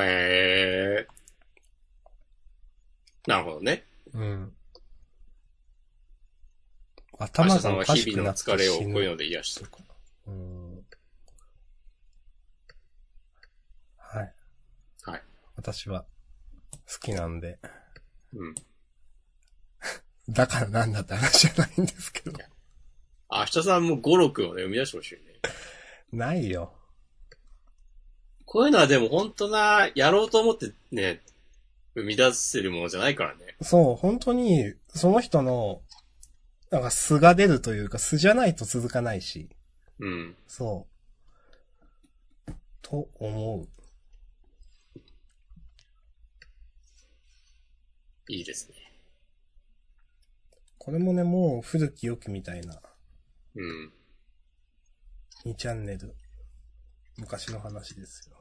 [SPEAKER 1] へえー。なるほどね。
[SPEAKER 2] うん。
[SPEAKER 1] 明
[SPEAKER 2] 頭
[SPEAKER 1] 日さん
[SPEAKER 2] がお
[SPEAKER 1] は
[SPEAKER 2] かし
[SPEAKER 1] 日
[SPEAKER 2] く
[SPEAKER 1] 々
[SPEAKER 2] な
[SPEAKER 1] の
[SPEAKER 2] って
[SPEAKER 1] 疲れを
[SPEAKER 2] 死
[SPEAKER 1] こう
[SPEAKER 2] ぬ
[SPEAKER 1] いうので癒やして
[SPEAKER 2] そ
[SPEAKER 1] る
[SPEAKER 2] う。か。うん。はい。
[SPEAKER 1] はい。
[SPEAKER 2] 私は好きなんで。
[SPEAKER 1] うん。
[SPEAKER 2] だからなんだって話じゃないんですけど。
[SPEAKER 1] 明日さんも5、6をね、生み出してほしいね。
[SPEAKER 2] ないよ。
[SPEAKER 1] こういうのはでも本当な、やろうと思ってね、生み出せるものじゃないからね。
[SPEAKER 2] そう、本当に、その人の、なんか素が出るというか、素じゃないと続かないし。
[SPEAKER 1] うん。
[SPEAKER 2] そう。と思う。
[SPEAKER 1] いいですね。
[SPEAKER 2] これもね、もう古き良きみたいな
[SPEAKER 1] うん。
[SPEAKER 2] 2チャンネル。昔の話ですよ。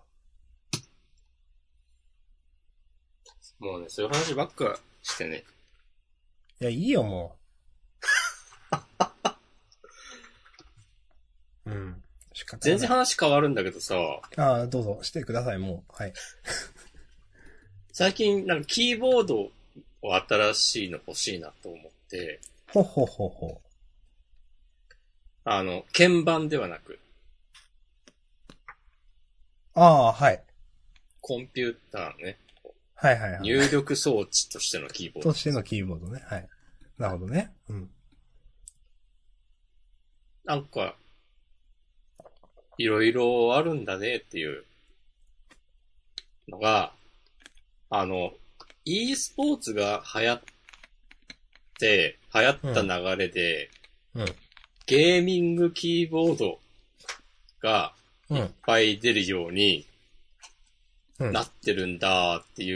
[SPEAKER 1] もうね、そういう話ばっかしてね。
[SPEAKER 2] いや、いいよ、もう。 うん。仕方ない
[SPEAKER 1] 全然話変わるんだけどさ、
[SPEAKER 2] ああ、どうぞ、してください、もう。はい。
[SPEAKER 1] 最近なんかキーボードを新しいの欲しいなと思って、
[SPEAKER 2] ほほほほ。
[SPEAKER 1] あの、鍵盤ではなく、
[SPEAKER 2] ああ、はい。
[SPEAKER 1] コンピューターのね、
[SPEAKER 2] はいはいはい。
[SPEAKER 1] 入力装置としてのキーボー
[SPEAKER 2] と
[SPEAKER 1] ド。
[SPEAKER 2] してのキーボードね。はい。なるほどね。うん。
[SPEAKER 1] なんか、いろいろあるんだねっていうのが、あの、e スポーツが流行って、流行った流れで、
[SPEAKER 2] うんうん
[SPEAKER 1] ゲーミングキーボードが
[SPEAKER 2] うん。
[SPEAKER 1] いっぱい出るように
[SPEAKER 2] うん。
[SPEAKER 1] なってるんだってい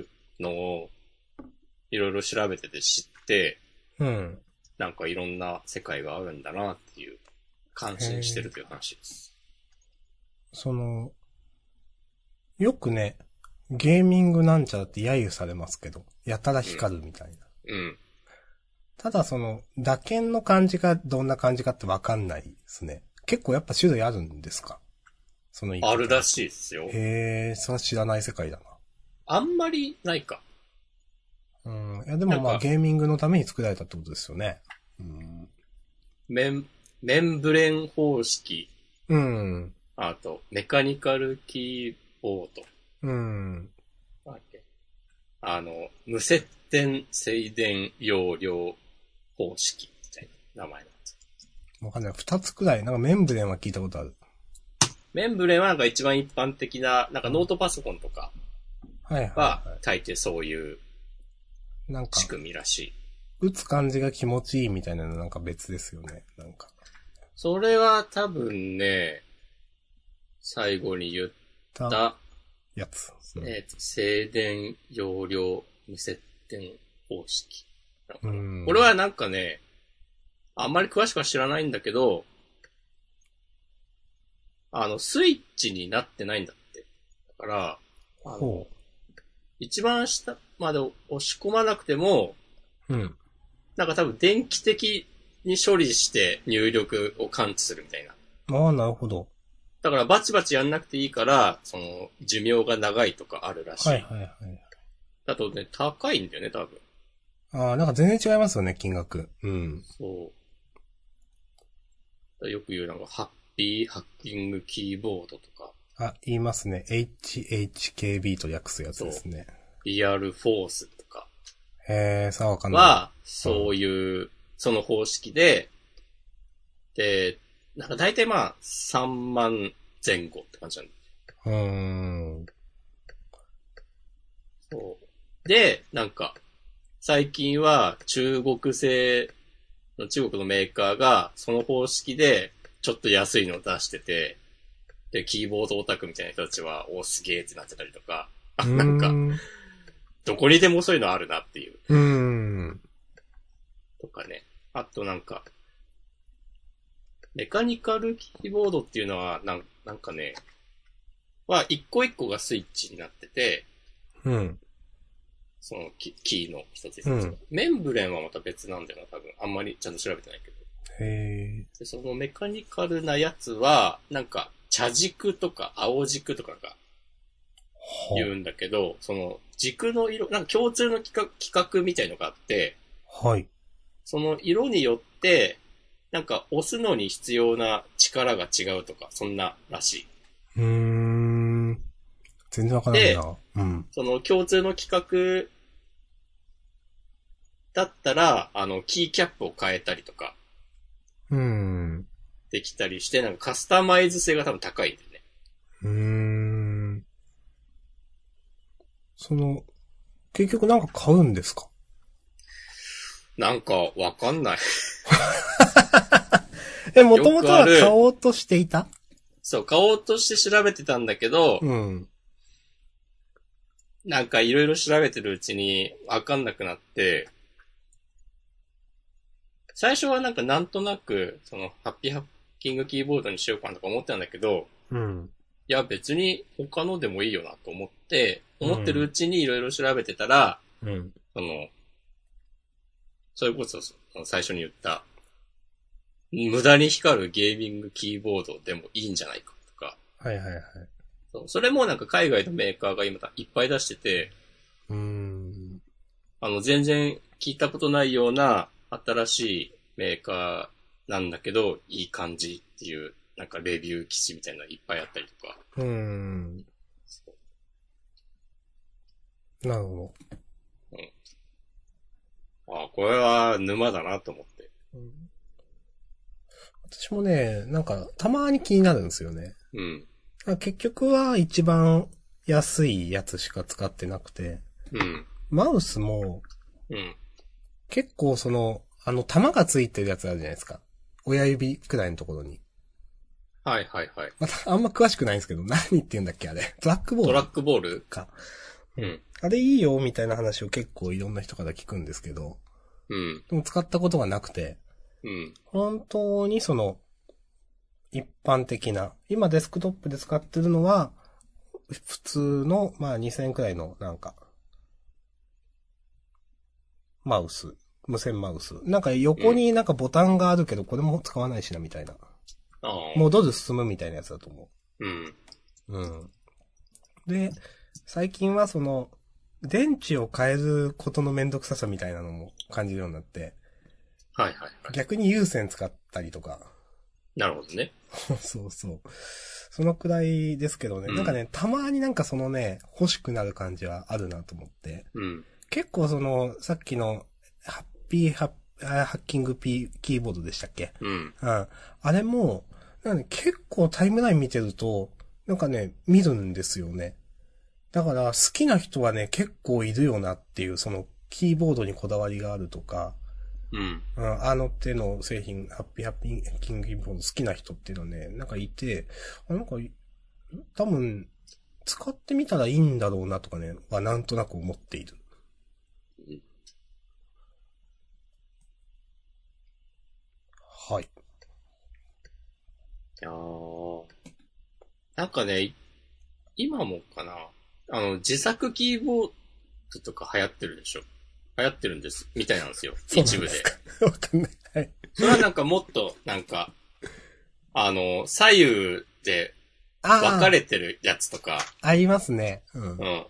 [SPEAKER 1] うのを、いろいろ調べてて知って、
[SPEAKER 2] うん。
[SPEAKER 1] なんかいろんな世界があるんだなっていう、感心してるという話です。
[SPEAKER 2] その、よくね、ゲーミングなんちゃらって揶揄されますけど、やたら光るみたいな。
[SPEAKER 1] うん。
[SPEAKER 2] ただその、打鍵の感じがどんな感じかってわかんないですね。結構やっぱ種類あるんですかその言い方
[SPEAKER 1] あるらしいですよ。
[SPEAKER 2] へえ、それは知らない世界だ
[SPEAKER 1] あんまりないか。
[SPEAKER 2] な。うん。いやでもま
[SPEAKER 1] な
[SPEAKER 2] あ
[SPEAKER 1] んか
[SPEAKER 2] ゲーミングのために作られたってことですよね。うん。
[SPEAKER 1] メン、メンブレン方式、
[SPEAKER 2] うん。
[SPEAKER 1] あと、メカニカルキーボード。
[SPEAKER 2] うん。
[SPEAKER 1] なんだっけあの、無接点静電容量方式みたいな名前なんですよ
[SPEAKER 2] わかんない。二つくらい、なんかメンブレンは聞いたことある。
[SPEAKER 1] メンブレンはなんか一番一般的な、なんかノートパソコンとか
[SPEAKER 2] はいはい、
[SPEAKER 1] は
[SPEAKER 2] は
[SPEAKER 1] 大抵そういう
[SPEAKER 2] い。なんか
[SPEAKER 1] 仕、組みらしい。
[SPEAKER 2] 打つ感じが気持ちいいみたいなのなんか別ですよね。なんか。、
[SPEAKER 1] それは多分ね、最後に言ったた
[SPEAKER 2] やつ。うん
[SPEAKER 1] えっ、と、静電容量無接点方式。
[SPEAKER 2] うん
[SPEAKER 1] これはなんかね、あんまり詳しくは知らないんだけど、あの、スイッチになってないんだって。だから、あの
[SPEAKER 2] ほ
[SPEAKER 1] 一番下まで押し込まなくても、
[SPEAKER 2] う。うん。
[SPEAKER 1] なんか多分電気的に処理して入力を感知するみたいな。
[SPEAKER 2] ああ、なるほど。
[SPEAKER 1] だからバチバチやんなくていいから、その、寿命が長いとかあるらしい。
[SPEAKER 2] はいはいはい。
[SPEAKER 1] だとね、高いんだよね、多分。
[SPEAKER 2] ああ、なんか全然違いますよね、金額。うん。
[SPEAKER 1] そう。よく言うなんか、ハッピーハッキングキーボードとか、
[SPEAKER 2] あ、言いますね。HHKB と略すやつですね。
[SPEAKER 1] リアルフォースとか、
[SPEAKER 2] えー、さあわかんない。
[SPEAKER 1] は、そういう、その方式で、で、なんか大体まあ、3万前後って感じなんで
[SPEAKER 2] うーん。
[SPEAKER 1] そう。で、なんか、最近は中国製の中国のメーカーが、その方式で、ちょっと安いのを出してて、で、キーボードオタクみたいな人たちは、おすげえってなってたりとか、あなん
[SPEAKER 2] う
[SPEAKER 1] か、
[SPEAKER 2] ーん
[SPEAKER 1] どこにでもそういうのあるなっていう。
[SPEAKER 2] うーん。
[SPEAKER 1] とかね。あとなんか、メカニカルキーボードっていうのは、なんなんかね、は一個一個がスイッチになってて、
[SPEAKER 2] うん。
[SPEAKER 1] そのキキーの一つ一つが、
[SPEAKER 2] うん
[SPEAKER 1] メンブレンはまた別なんだよな、多分。あんまりちゃんと調べてないけど。
[SPEAKER 2] へ
[SPEAKER 1] で、そのメカニカルなやつは、なんか、茶軸とか青軸とかが言うんだけど、その軸の色、なんか共通の規格規格みたいのがあって、
[SPEAKER 2] ー。は、はい。
[SPEAKER 1] その色によって、なんか押すのに必要な力が違うとか、そんならしい。
[SPEAKER 2] うーん。全然わからないな。うん。
[SPEAKER 1] その共通の規格だったら、あの、キーキャップを変えたりとか
[SPEAKER 2] うーん。
[SPEAKER 1] できたりして、なんかカスタマイズ性が多分高いんだよね。
[SPEAKER 2] うーん。その、結局なんか買うんですか
[SPEAKER 1] なんかわかんない。
[SPEAKER 2] え、もともとは
[SPEAKER 1] よくある
[SPEAKER 2] 買おうとしていた
[SPEAKER 1] そう、買おうとして調べてたんだけど、
[SPEAKER 2] うん。
[SPEAKER 1] なんかいろいろ調べてるうちにわかんなくなって、最初はなんかなんとなく、その、ハッピーハッキングキーボードにしようかなとか思ってたんだけど、
[SPEAKER 2] うん。
[SPEAKER 1] いや別に他のでもいいよなと思って、思ってるうちにいろいろ調べてたら、
[SPEAKER 2] うん。
[SPEAKER 1] その、それこそその最初に言った、無駄に光るゲーミングキーボードでもいいんじゃないかとか、
[SPEAKER 2] はいはいはい。
[SPEAKER 1] そうそれもなんか海外のメーカーが今いっぱい出してて、
[SPEAKER 2] うーん。
[SPEAKER 1] あの全然聞いたことないような新しいメーカーなんだけど、いい感じっていう、なんかレビュー記事みたいなのいっぱいあったりとか、
[SPEAKER 2] うーん。なるほ
[SPEAKER 1] ああ、これは沼だなと思って。
[SPEAKER 2] ど。私もね、なんか、たまに気になるんですよね。
[SPEAKER 1] うん。
[SPEAKER 2] 結局は一番安いやつしか使ってなくて、
[SPEAKER 1] うん。
[SPEAKER 2] マウスも
[SPEAKER 1] うん。
[SPEAKER 2] 結構その、あの、玉がついてるやつあるじゃないですか。親指くらいのところに。
[SPEAKER 1] はいはいはい。
[SPEAKER 2] また、あんま詳しくないんですけど、何言って言うんだっけあれ。トラックボ
[SPEAKER 1] ト
[SPEAKER 2] ー
[SPEAKER 1] ラ
[SPEAKER 2] ル
[SPEAKER 1] ックボール
[SPEAKER 2] か。
[SPEAKER 1] うん。
[SPEAKER 2] あれいいよ、みたいな話を結構いろんな人から聞くんですけど、
[SPEAKER 1] うん。
[SPEAKER 2] でも使ったことがなくて、
[SPEAKER 1] うん。
[SPEAKER 2] 本当にその、一般的な、今デスクトップで使ってるのは、普通の、まあ2000円くらいの、なんか、マウス、無線マウス。なんか横になんかボタンがあるけど、これも使わないしな、みたいな。
[SPEAKER 1] ああ。
[SPEAKER 2] 戻る進むみたいなやつだと思
[SPEAKER 1] うん。
[SPEAKER 2] う。うん。で、最近はその、電池を変えることのめんどくささみたいなのも感じるようになって、
[SPEAKER 1] はいはいはい。
[SPEAKER 2] 逆に有線使ったりとか、
[SPEAKER 1] なるほどね。
[SPEAKER 2] そうそう。そのくらいですけどね、
[SPEAKER 1] うん
[SPEAKER 2] なんかね、たまになんかそのね、欲しくなる感じはあるなと思って。
[SPEAKER 1] うん。
[SPEAKER 2] 結構その、さっきの、ハッピーハッ、あハッキングピーキーボードでしたっけ
[SPEAKER 1] うん。
[SPEAKER 2] うん。あれも、なんかね、結構タイムライン見てると、なんかね、見るんですよね。だから、好きな人はね、結構いるよなっていう、その、キーボードにこだわりがあるとか、
[SPEAKER 1] うん。
[SPEAKER 2] うん、あの手の製品、ハッピーハッピーキングインボード好きな人っていうのはね、なんかいて、あなんかい、多分、使ってみたらいいんだろうなとかね、はなんとなく思っている。はい。
[SPEAKER 1] いやーなんかね、い今もかな。あの、自作キーボードとか流行ってるでしょ。流行ってるんです。みたいなんですよ。
[SPEAKER 2] そうな
[SPEAKER 1] 一
[SPEAKER 2] ん
[SPEAKER 1] 部
[SPEAKER 2] で
[SPEAKER 1] で。
[SPEAKER 2] すか。 わかんない。はい。
[SPEAKER 1] それはなんかもっと、なんか、あの、左右で
[SPEAKER 2] あー
[SPEAKER 1] 分かれてるやつとか、
[SPEAKER 2] ありますね。うん
[SPEAKER 1] う。ん。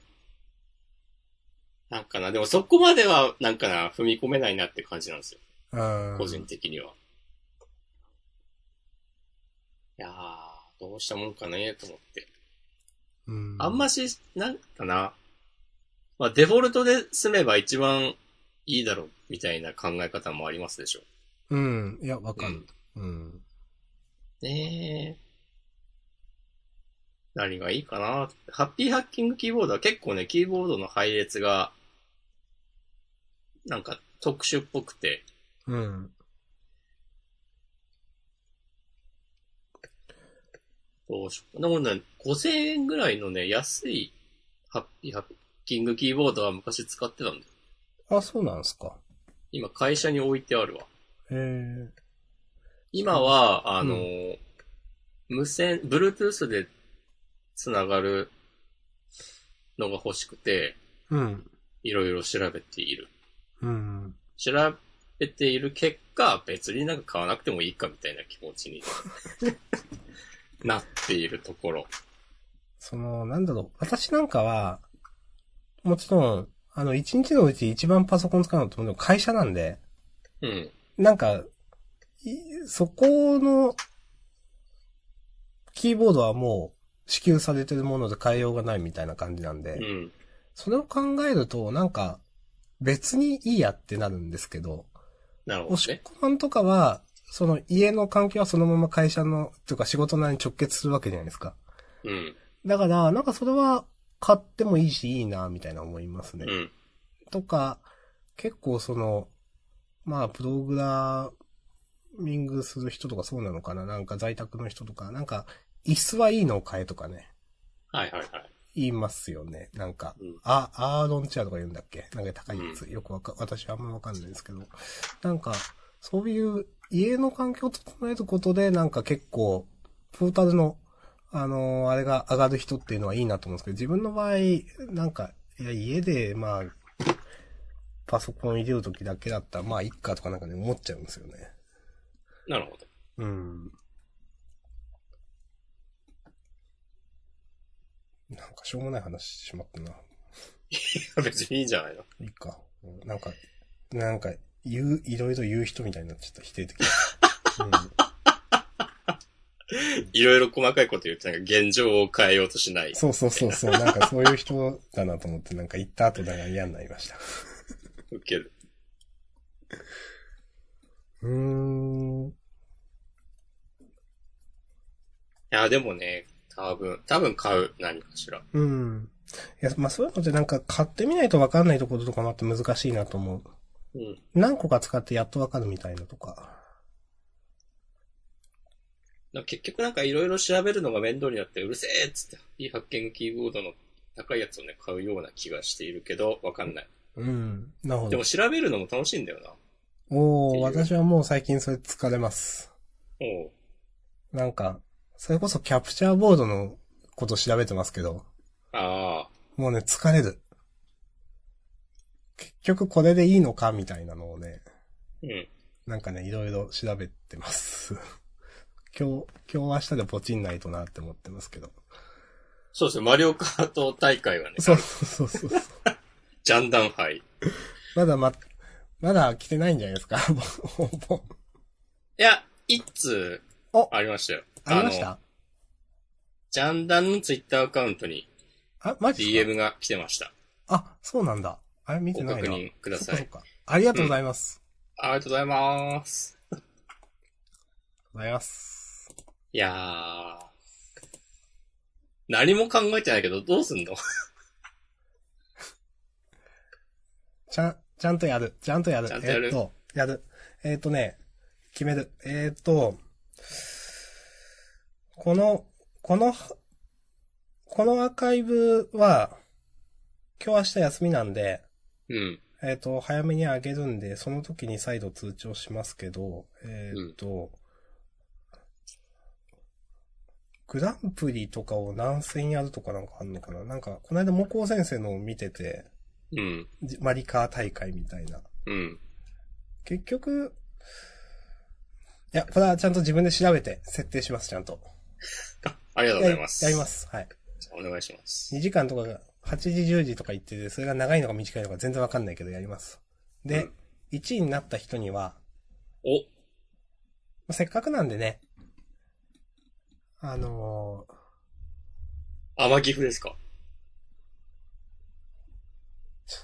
[SPEAKER 1] なんかな、でもそこまでは、なんかな、踏み込めないなって感じなんですよ。
[SPEAKER 2] うん
[SPEAKER 1] 個人的には。いやー、どうしたもんかねと思って。
[SPEAKER 2] うん
[SPEAKER 1] あんまし、なんかな。まあ、デフォルトで済めば一番いいだろう、みたいな考え方もありますでしょ。
[SPEAKER 2] うん。いや、わ
[SPEAKER 1] う
[SPEAKER 2] かる。うん。
[SPEAKER 1] ねえ。何がいいかなハッピーハッキングキーボードは結構ね、キーボードの配列が、なんか特殊っぽくて、
[SPEAKER 2] うん。
[SPEAKER 1] どうしようかな。でもね、5000円ぐらいのね、安いハッピーハッキングキーボードは昔使ってたんだよ。
[SPEAKER 2] あ、そうなんすか。
[SPEAKER 1] 今会社に置いてあるわ。
[SPEAKER 2] へえ。
[SPEAKER 1] 今は、あの、
[SPEAKER 2] う
[SPEAKER 1] 無線、Bluetooth で繋がるのが欲しくて、
[SPEAKER 2] うん。
[SPEAKER 1] いろいろ調べている。
[SPEAKER 2] うん。
[SPEAKER 1] 調べている結果、別になんか買わなくてもいいかみたいな気持ち になっているところ。
[SPEAKER 2] その、なんだろう。私なんかは、もちろん、あの、一日のうち一番パソコン使うのって、でも会社なんで、
[SPEAKER 1] うん。
[SPEAKER 2] なんか、いそこの、キーボードはもう、支給されてるもので変えようがないみたいな感じなんで、
[SPEAKER 1] うん。
[SPEAKER 2] それを考えると、なんか、別にいいやってなるんですけど、
[SPEAKER 1] なるほ
[SPEAKER 2] お
[SPEAKER 1] ど
[SPEAKER 2] しっ
[SPEAKER 1] ね。
[SPEAKER 2] こまんとかは、その家の環境はそのまま会社の、というか仕事内に直結するわけじゃないですか。
[SPEAKER 1] うん。
[SPEAKER 2] だから、なんかそれは買ってもいいし、いいな、みたいな思いますね。
[SPEAKER 1] うん。
[SPEAKER 2] とか、結構その、まあ、プログラミングする人とかそうなのかななんか在宅の人とか、なんか、椅子はいいのを買えとかね、
[SPEAKER 1] はいはいはい。
[SPEAKER 2] 言いますよね。なんか、
[SPEAKER 1] うん
[SPEAKER 2] あ、アーロンチェアとか言うんだっけなんか高いやつ。よくわか、私はあんまわかんないんですけど。なんか、そういう家の環境を整えることで、なんか結構、ポータルの、あのーあれが上がる人っていうのはいいなと思うんですけど、自分の場合、なんか、いや、家で、まあ、パソコン入れるときだけだったら、まあ、いっかとかなんかね、思っちゃうんですよね。
[SPEAKER 1] なるほど。
[SPEAKER 2] うん。なんか、しょうもない話ししまったな。
[SPEAKER 1] 別にいいんじゃないの
[SPEAKER 2] いいか。うんなんか、なんか、言う、いろいろ言う人みたいになっちゃった、否定的。う
[SPEAKER 1] いろいろ細かいこと言って、なんか現状を変えようとしない
[SPEAKER 2] ん、。そうそうそうそう、なんかそういう人だなと思って、なんか言った後だが嫌になりました。
[SPEAKER 1] 受ける。
[SPEAKER 2] うーん。
[SPEAKER 1] いや、でもね、多分、多分買う。何かしら。
[SPEAKER 2] うん。いや、まあそういうのってなんか買ってみないとわかんないところとかもあって難しいなと思う。
[SPEAKER 1] うん。
[SPEAKER 2] 何個か使ってやっとわかるみたいなとか。
[SPEAKER 1] なんか結局なんかいろいろ調べるのが面倒になって、うるせえっつって、いい発見キーボードの高いやつをね、買うような気がしているけど、わかんない。
[SPEAKER 2] うん。なるほ
[SPEAKER 1] で
[SPEAKER 2] ど
[SPEAKER 1] も。調べるのも楽しいんだよな。
[SPEAKER 2] お
[SPEAKER 1] ってい
[SPEAKER 2] ー、
[SPEAKER 1] う
[SPEAKER 2] 私はもう最近それ疲れます。
[SPEAKER 1] おう
[SPEAKER 2] なんか、それこそキャプチャーボードのこと調べてますけど。
[SPEAKER 1] ああ、
[SPEAKER 2] もうね、疲れる。結局これでいいのかみたいなのをね、
[SPEAKER 1] うん。
[SPEAKER 2] なんかね、いろいろ調べてます。 今日、今日明日でポチんないとなって思ってますけど。
[SPEAKER 1] そうですね、マリオカート大会はね、
[SPEAKER 2] そうそうそうそう。
[SPEAKER 1] ジャンダン杯。
[SPEAKER 2] まだま、まだ来てないんじゃないですか もうもう
[SPEAKER 1] いや、一通
[SPEAKER 2] お、
[SPEAKER 1] ありましたよ。
[SPEAKER 2] ありまし
[SPEAKER 1] の、
[SPEAKER 2] た
[SPEAKER 1] ジャンダンのツイッターアカウントに
[SPEAKER 2] あマジですか
[SPEAKER 1] DM が来てました。
[SPEAKER 2] あ、そうなんだ。あれ見て
[SPEAKER 1] ご
[SPEAKER 2] ない
[SPEAKER 1] 確
[SPEAKER 2] な。
[SPEAKER 1] 認くだ
[SPEAKER 2] そっか
[SPEAKER 1] さ
[SPEAKER 2] そっ
[SPEAKER 1] い。
[SPEAKER 2] か。ありがとうございます。
[SPEAKER 1] ありがとうございます。
[SPEAKER 2] ありがとうございます。
[SPEAKER 1] いやー。何も考えてないけど、どうすんの
[SPEAKER 2] ちゃん、ちゃんとやる。ちゃんとやる。
[SPEAKER 1] ちゃんとやる
[SPEAKER 2] えーっと、やる。えーっとね、決める。えーっと、この、この、このアーカイブは、今日明日休みなんで、
[SPEAKER 1] うん。
[SPEAKER 2] えーっと、早めにあげるんで、その時に再度通知をしますけど、えーっと、グランプリとかを何戦やるとかなんかあんのかななんか、この間、木工先生のを見てて、
[SPEAKER 1] うん。
[SPEAKER 2] じマリカー大会みたいな。
[SPEAKER 1] うん。
[SPEAKER 2] 結局、いや、これはちゃんと自分で調べて設定します、ちゃんと。
[SPEAKER 1] ありがとうございます。
[SPEAKER 2] ややりま。す。はい。
[SPEAKER 1] お願いします。
[SPEAKER 2] 2時間とかが、8時、10時とか言ってて、それが長いのか短いのか全然わかんないけどやります。で、
[SPEAKER 1] うん
[SPEAKER 2] 1位になった人には、
[SPEAKER 1] お、
[SPEAKER 2] まあせっかくなんでね、あの
[SPEAKER 1] 甘岐阜ですか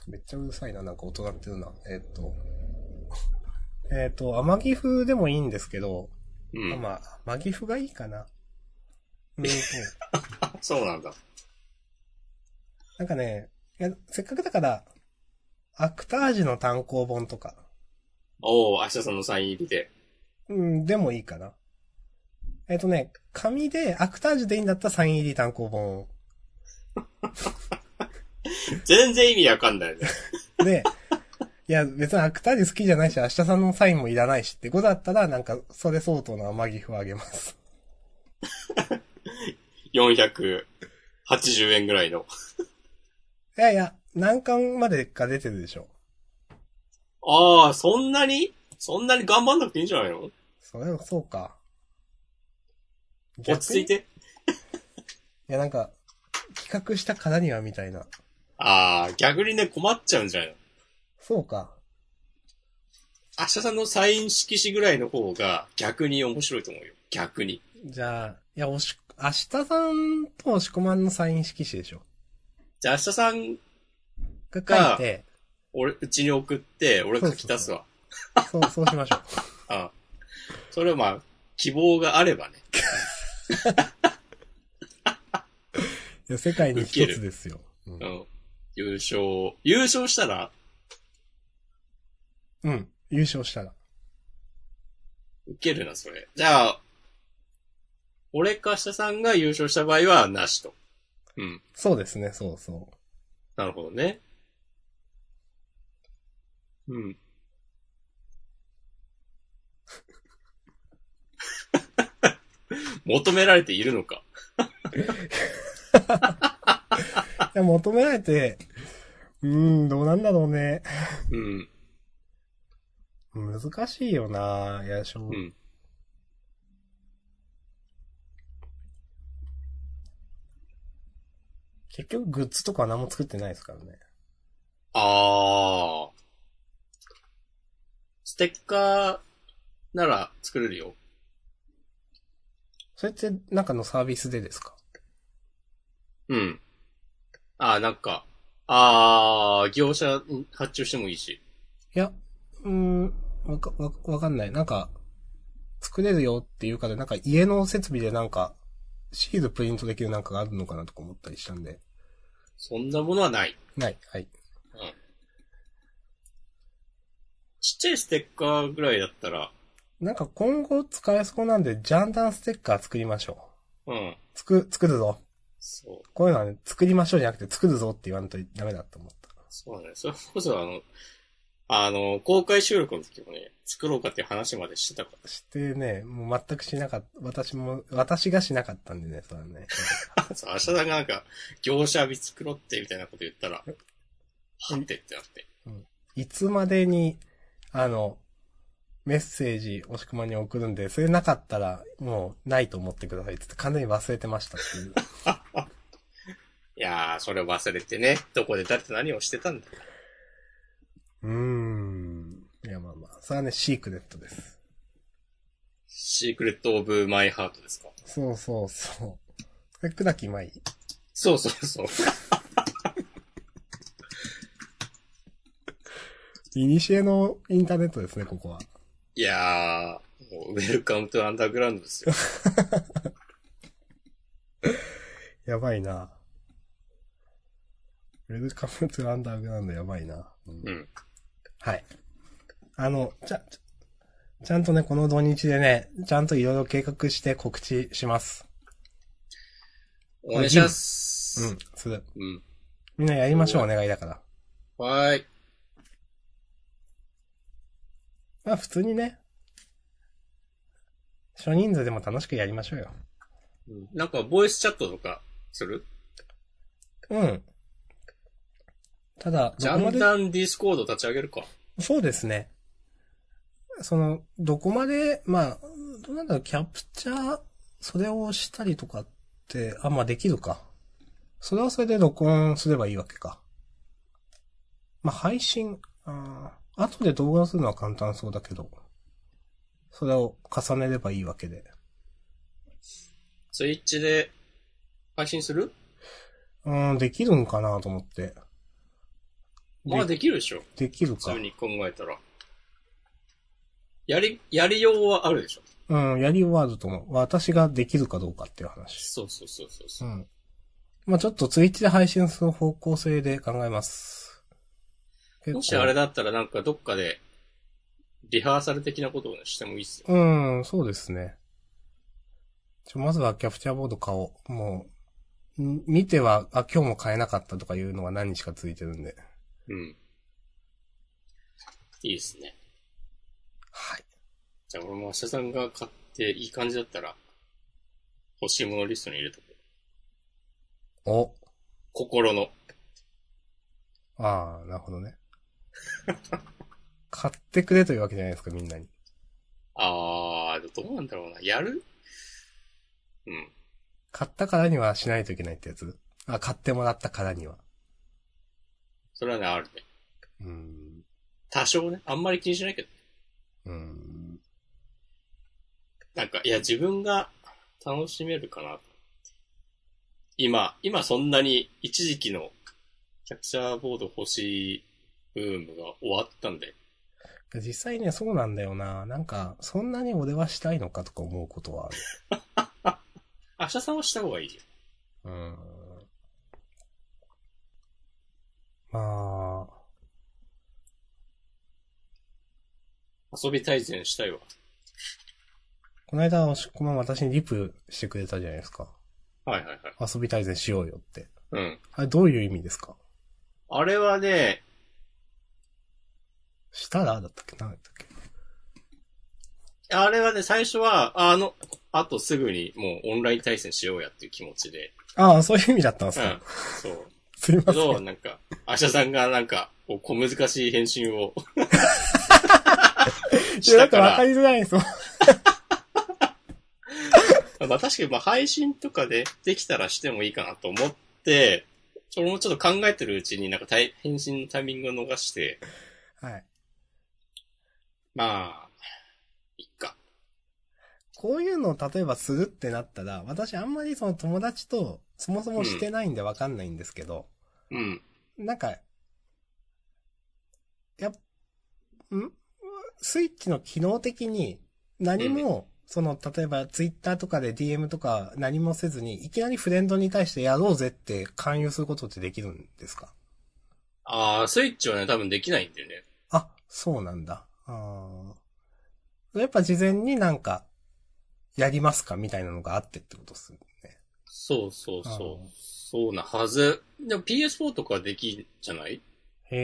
[SPEAKER 2] めっちゃうるさいな、なんか音鳴ってるな。えーっと。えーっと、天城風でもいいんですけど、
[SPEAKER 1] うん。
[SPEAKER 2] あまあ、マギフがいいかな。うんと、
[SPEAKER 1] そうなんだ。
[SPEAKER 2] なんかね、いやせっかくだから、アクタージュの単行本とか、
[SPEAKER 1] おお明日さんのサイン入りで。
[SPEAKER 2] うん、でもいいかな。えっ、とね、紙で、アクタージュでいいんだったらサイン入り単行本。
[SPEAKER 1] 全然意味わかんないよね。
[SPEAKER 2] で、いや、別にアクタージュ好きじゃないし、明日さんのサインもいらないしってことだったら、なんか、それ相当のマギフをあげます。
[SPEAKER 1] 480円ぐらいの。
[SPEAKER 2] いやいや、何巻までか出てるでしょ。
[SPEAKER 1] ああ、そんなにそんなに頑張んなくていいんじゃないの
[SPEAKER 2] それはそうか。
[SPEAKER 1] 落ち着い
[SPEAKER 2] 逆に。い
[SPEAKER 1] て。
[SPEAKER 2] や、なんか、企画したからにはみたいな。
[SPEAKER 1] ああ、逆にね、困っちゃうんじゃないの
[SPEAKER 2] そうか。
[SPEAKER 1] 明日さんのサイン色紙ぐらいの方が逆に面白いと思うよ。逆に。
[SPEAKER 2] じゃあ、いや、おし、明日さんと押し込まんのサイン色紙でしょ。
[SPEAKER 1] じゃあ明日さん、
[SPEAKER 2] が書いて、
[SPEAKER 1] 俺、うちに送って、俺書き足すわ。
[SPEAKER 2] そう、そうしましょう。
[SPEAKER 1] ああそれはまあ、希望があればね。
[SPEAKER 2] いや、世界に一つですよ。うん
[SPEAKER 1] う。ん。優勝、優勝したら
[SPEAKER 2] うん優勝したら。
[SPEAKER 1] 受けるな、それ。じゃあ、俺か下さんが優勝した場合は、なしと。うん。
[SPEAKER 2] そうですね、そうそ
[SPEAKER 1] なるほどね。うん。 求められているのか。
[SPEAKER 2] う。いや、求められて、うーん、どうなんだろうね。
[SPEAKER 1] うん。
[SPEAKER 2] 難しいよなぁ、いや、しょう、
[SPEAKER 1] うん。
[SPEAKER 2] 結局グッズとかは何も作ってないですからね。
[SPEAKER 1] あー。ステッカーなら作れるよ。
[SPEAKER 2] それって、なんかのサービスでですか
[SPEAKER 1] うん。あー、なんか、あー、業者に発注してもいいし。
[SPEAKER 2] いや、うーん、わか、わ、わかんない。なんか、作れるよっていうから、なんか家の設備でなんか、シールプリントできるなんかがあるのかなとか思ったりしたんで。
[SPEAKER 1] そんなものはない。
[SPEAKER 2] ない。はい。
[SPEAKER 1] ちっちゃいステッカーぐらいだったら、
[SPEAKER 2] なんか今後使えそうなんで、ジャンダンステッカー作りましょ
[SPEAKER 1] うん。
[SPEAKER 2] う。作、作るぞ。
[SPEAKER 1] そう。
[SPEAKER 2] こういうのはね、作りましょうじゃなくて作るぞって言わんとダメだと思った。
[SPEAKER 1] そうだね。それこそあの、あの、公開収録の時もね、作ろうかっていう話までしてたか
[SPEAKER 2] してね、もう全くしなかった。私も、私がしなかったんでね、それはね。
[SPEAKER 1] ら。そう、明日さんがなんか、業者見作ろうってみたいなこと言ったら、はってってなって。
[SPEAKER 2] いつまでに、あの、メッセージ、押し込まに送るんで、それなかったら、もう、ないと思ってくださいって言って、完全に忘れてましたっていう。
[SPEAKER 1] いやー、それを忘れてね、どこでだって何をしてたんだ。
[SPEAKER 2] うーん。いや、まあまあ、それはね、シークレットです。
[SPEAKER 1] シークレットオブマイハートですか。
[SPEAKER 2] そうそうそう。それ、砕き舞。
[SPEAKER 1] そうそうそう。
[SPEAKER 2] いにしえのインターネットですね、ここは。
[SPEAKER 1] いやー、もうウェルカムトアンダーグラウンドですよ。
[SPEAKER 2] やばいな。ウェルカムトゥアンダーグラウンドやばいな。うん
[SPEAKER 1] うん。
[SPEAKER 2] はい。あの、ちゃ、ちゃちゃんとね、この土日でね、ちゃんといろいろ計画して告知します。
[SPEAKER 1] お願いしま
[SPEAKER 2] う
[SPEAKER 1] す
[SPEAKER 2] ん。、する。
[SPEAKER 1] うん。
[SPEAKER 2] みんなやりましょう、お願いだから。
[SPEAKER 1] はーい。
[SPEAKER 2] まあ、普通にね、少人数でも楽しくやりましょうよ。
[SPEAKER 1] うんなんか、ボイスチャットとか、する
[SPEAKER 2] うん。ただ、
[SPEAKER 1] ジ
[SPEAKER 2] ど
[SPEAKER 1] ャ
[SPEAKER 2] こま
[SPEAKER 1] ン
[SPEAKER 2] で、
[SPEAKER 1] ダンディスコード立ち上げるか。
[SPEAKER 2] そうですね。その、どこまで、まあ、どうなんだろう、キャプチャー、それをしたりとかって、あ、まあできるか。それはそれで録音すればいいわけか。まあ配信、あー後で動画するのは簡単そうだけど、それを重ねればいいわけで。
[SPEAKER 1] ツイッチで配信する
[SPEAKER 2] うん、できるんかなと思って。
[SPEAKER 1] まあできるでしょ。
[SPEAKER 2] できる
[SPEAKER 1] 普
[SPEAKER 2] か
[SPEAKER 1] 通。に考えたら。やり、やりようはあるでしょ。
[SPEAKER 2] うん、やり終わると思う。私ができるかどうかっていう話。
[SPEAKER 1] そうそうそうそう
[SPEAKER 2] う
[SPEAKER 1] そう、
[SPEAKER 2] ん。まあちょっとツイッチで配信する方向性で考えます。結構
[SPEAKER 1] もしあれだったらなんかどっかで、リハーサル的なことをねしてもいいっすよ。
[SPEAKER 2] うん、そうですね。ちょ、まずはキャプチャーボード買おう。もう、ん見ては、あ、今日も買えなかったとかいうのが何日かついてるんで。
[SPEAKER 1] うん。いいですね。
[SPEAKER 2] はい。
[SPEAKER 1] じゃあ俺も明日さんが買っていい感じだったら、欲しいものリストに入れとく。
[SPEAKER 2] お。
[SPEAKER 1] 心の。
[SPEAKER 2] ああ、なるほどね。 買ってくれというわけじゃないですか、みんなに。
[SPEAKER 1] あー、どうなんだろうな。やるうん。
[SPEAKER 2] 買ったからにはしないといけないってやつあ、買ってもらったからには。
[SPEAKER 1] それはね、あるね。
[SPEAKER 2] うーん。
[SPEAKER 1] 多少ね、あんまり気にしないけど。
[SPEAKER 2] うーん。
[SPEAKER 1] なんか、いや、自分が楽しめるかな。今、今そんなに一時期のキャプチャーボード欲しいブームが終わったんで。
[SPEAKER 2] 実際ね、そうなんだよな。なんか、そんなに俺はしたいのかとか思うことはある。
[SPEAKER 1] 明日さんはした方がいいよ。
[SPEAKER 2] うん。まあ、
[SPEAKER 1] 遊び対戦したいわ。
[SPEAKER 2] この間、おしっこまん私にリプしてくれたじゃないですか。
[SPEAKER 1] はいはいはい。
[SPEAKER 2] 遊び対戦しようよって。
[SPEAKER 1] うん。
[SPEAKER 2] あれ、どういう意味ですか
[SPEAKER 1] あれはね、
[SPEAKER 2] したらだったっけなんだったっけ
[SPEAKER 1] あれはね、最初は、あの、あとすぐにもうオンライン対戦しようやっていう気持ちで。
[SPEAKER 2] ああ、そういう意味だったんです
[SPEAKER 1] う
[SPEAKER 2] か、
[SPEAKER 1] ん。そう。
[SPEAKER 2] すいま
[SPEAKER 1] け
[SPEAKER 2] せん。
[SPEAKER 1] ど、なんか、明日さんがなんか、こう小難しい返信を
[SPEAKER 2] い
[SPEAKER 1] し
[SPEAKER 2] や、
[SPEAKER 1] た
[SPEAKER 2] だっ
[SPEAKER 1] か、
[SPEAKER 2] てわからりづらいんですよ。
[SPEAKER 1] まあ確かにまあ配信とかでできたらしてもいいかなと思って、俺もちょっと考えてるうちになんか対返信のタイミングを逃して、
[SPEAKER 2] はい。
[SPEAKER 1] まあ、いっか。
[SPEAKER 2] こういうのを例えばするってなったら、私あんまりその友達とそもそもしてないんでわかんないんですけど、
[SPEAKER 1] うん。
[SPEAKER 2] なんか、やっ、んスイッチの機能的に何も、その、例えばツイッターとかで DM とか何もせずに、いきなりフレンドに対してやろうぜって勧誘することってできるんですか
[SPEAKER 1] ああ、スイッチはね、多分できないんだよね。
[SPEAKER 2] あ、そうなんだ。あーやっぱ事前になんか、やりますかみたいなのがあってってことですね。
[SPEAKER 1] そうそう
[SPEAKER 2] う
[SPEAKER 1] そ
[SPEAKER 2] ん
[SPEAKER 1] う。そうなはず。でも PS4 とかできんじゃない
[SPEAKER 2] へ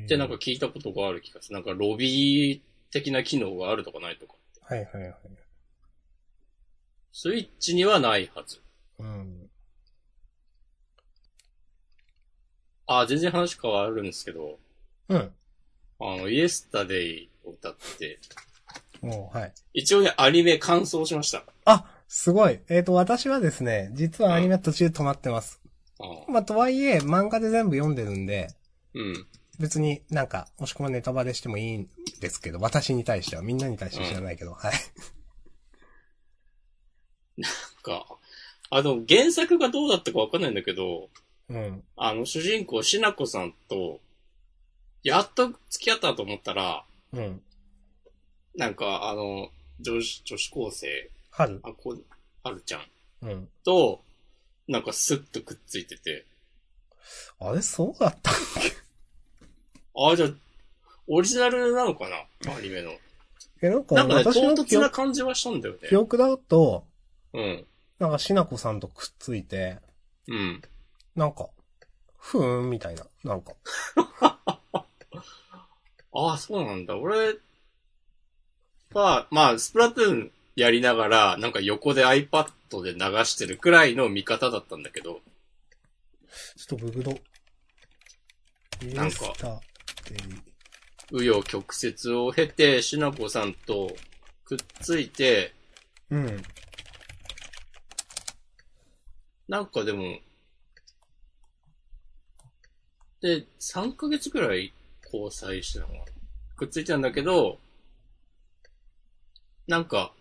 [SPEAKER 2] え。
[SPEAKER 1] ってなんか、聞いたことがある気がする。なんかロビー的な機能があるとかないとか。
[SPEAKER 2] はいはいはい。
[SPEAKER 1] スイッチにはないはず。
[SPEAKER 2] うん。
[SPEAKER 1] ああ、全然話変わるんですけど、
[SPEAKER 2] うん。
[SPEAKER 1] あの、イエスタデイを歌って、
[SPEAKER 2] もう、はい。
[SPEAKER 1] 一応ね、アニメ完走しました。
[SPEAKER 2] あ、すごい。えっ、と、私はですね、実はアニメ途中止まってます。
[SPEAKER 1] ああ
[SPEAKER 2] まあ、とはいえ、漫画で全部読んでるんで、
[SPEAKER 1] うん。
[SPEAKER 2] 別になんか、もしくはネタバレしてもいいんですけど、私に対しては、みんなに対して知らないけど、はい。
[SPEAKER 1] か。あの、原作がどうだったかわかんないんだけど、
[SPEAKER 2] うん。
[SPEAKER 1] あの、主人公、しなこさんと、やっと付き合ったと思ったら、
[SPEAKER 2] うん。
[SPEAKER 1] なんか、あの、女子、女子高生、
[SPEAKER 2] 春
[SPEAKER 1] あ、こう、あるちゃん
[SPEAKER 2] うん。
[SPEAKER 1] と、なんかスッとくっついてて、
[SPEAKER 2] あれ、そうだった
[SPEAKER 1] ああ、じゃあ、オリジナルなのかなアニメの。
[SPEAKER 2] え、なんか、
[SPEAKER 1] なんかね、
[SPEAKER 2] 私
[SPEAKER 1] 唐
[SPEAKER 2] の記
[SPEAKER 1] 突な
[SPEAKER 2] 憶
[SPEAKER 1] 感じはしたんだよね
[SPEAKER 2] 記。憶だと、
[SPEAKER 1] うん。
[SPEAKER 2] なんか、しなこさんとくっついて、
[SPEAKER 1] うん。
[SPEAKER 2] なんか、ふーん、みたいな、なんか。
[SPEAKER 1] ああ、そうなんだ。俺は、まあ、スプラトゥーンやりながら、なんか横で iPad で流してるくらいの見方だったんだけど、
[SPEAKER 2] ちょっとググド。
[SPEAKER 1] なんか
[SPEAKER 2] イエスタデイ
[SPEAKER 1] 紆余曲折を経て、しなこさんとくっついて、
[SPEAKER 2] うん。
[SPEAKER 1] なんかでも、で、3ヶ月くらい交際してたのかなくっついてたんだけど、なんか、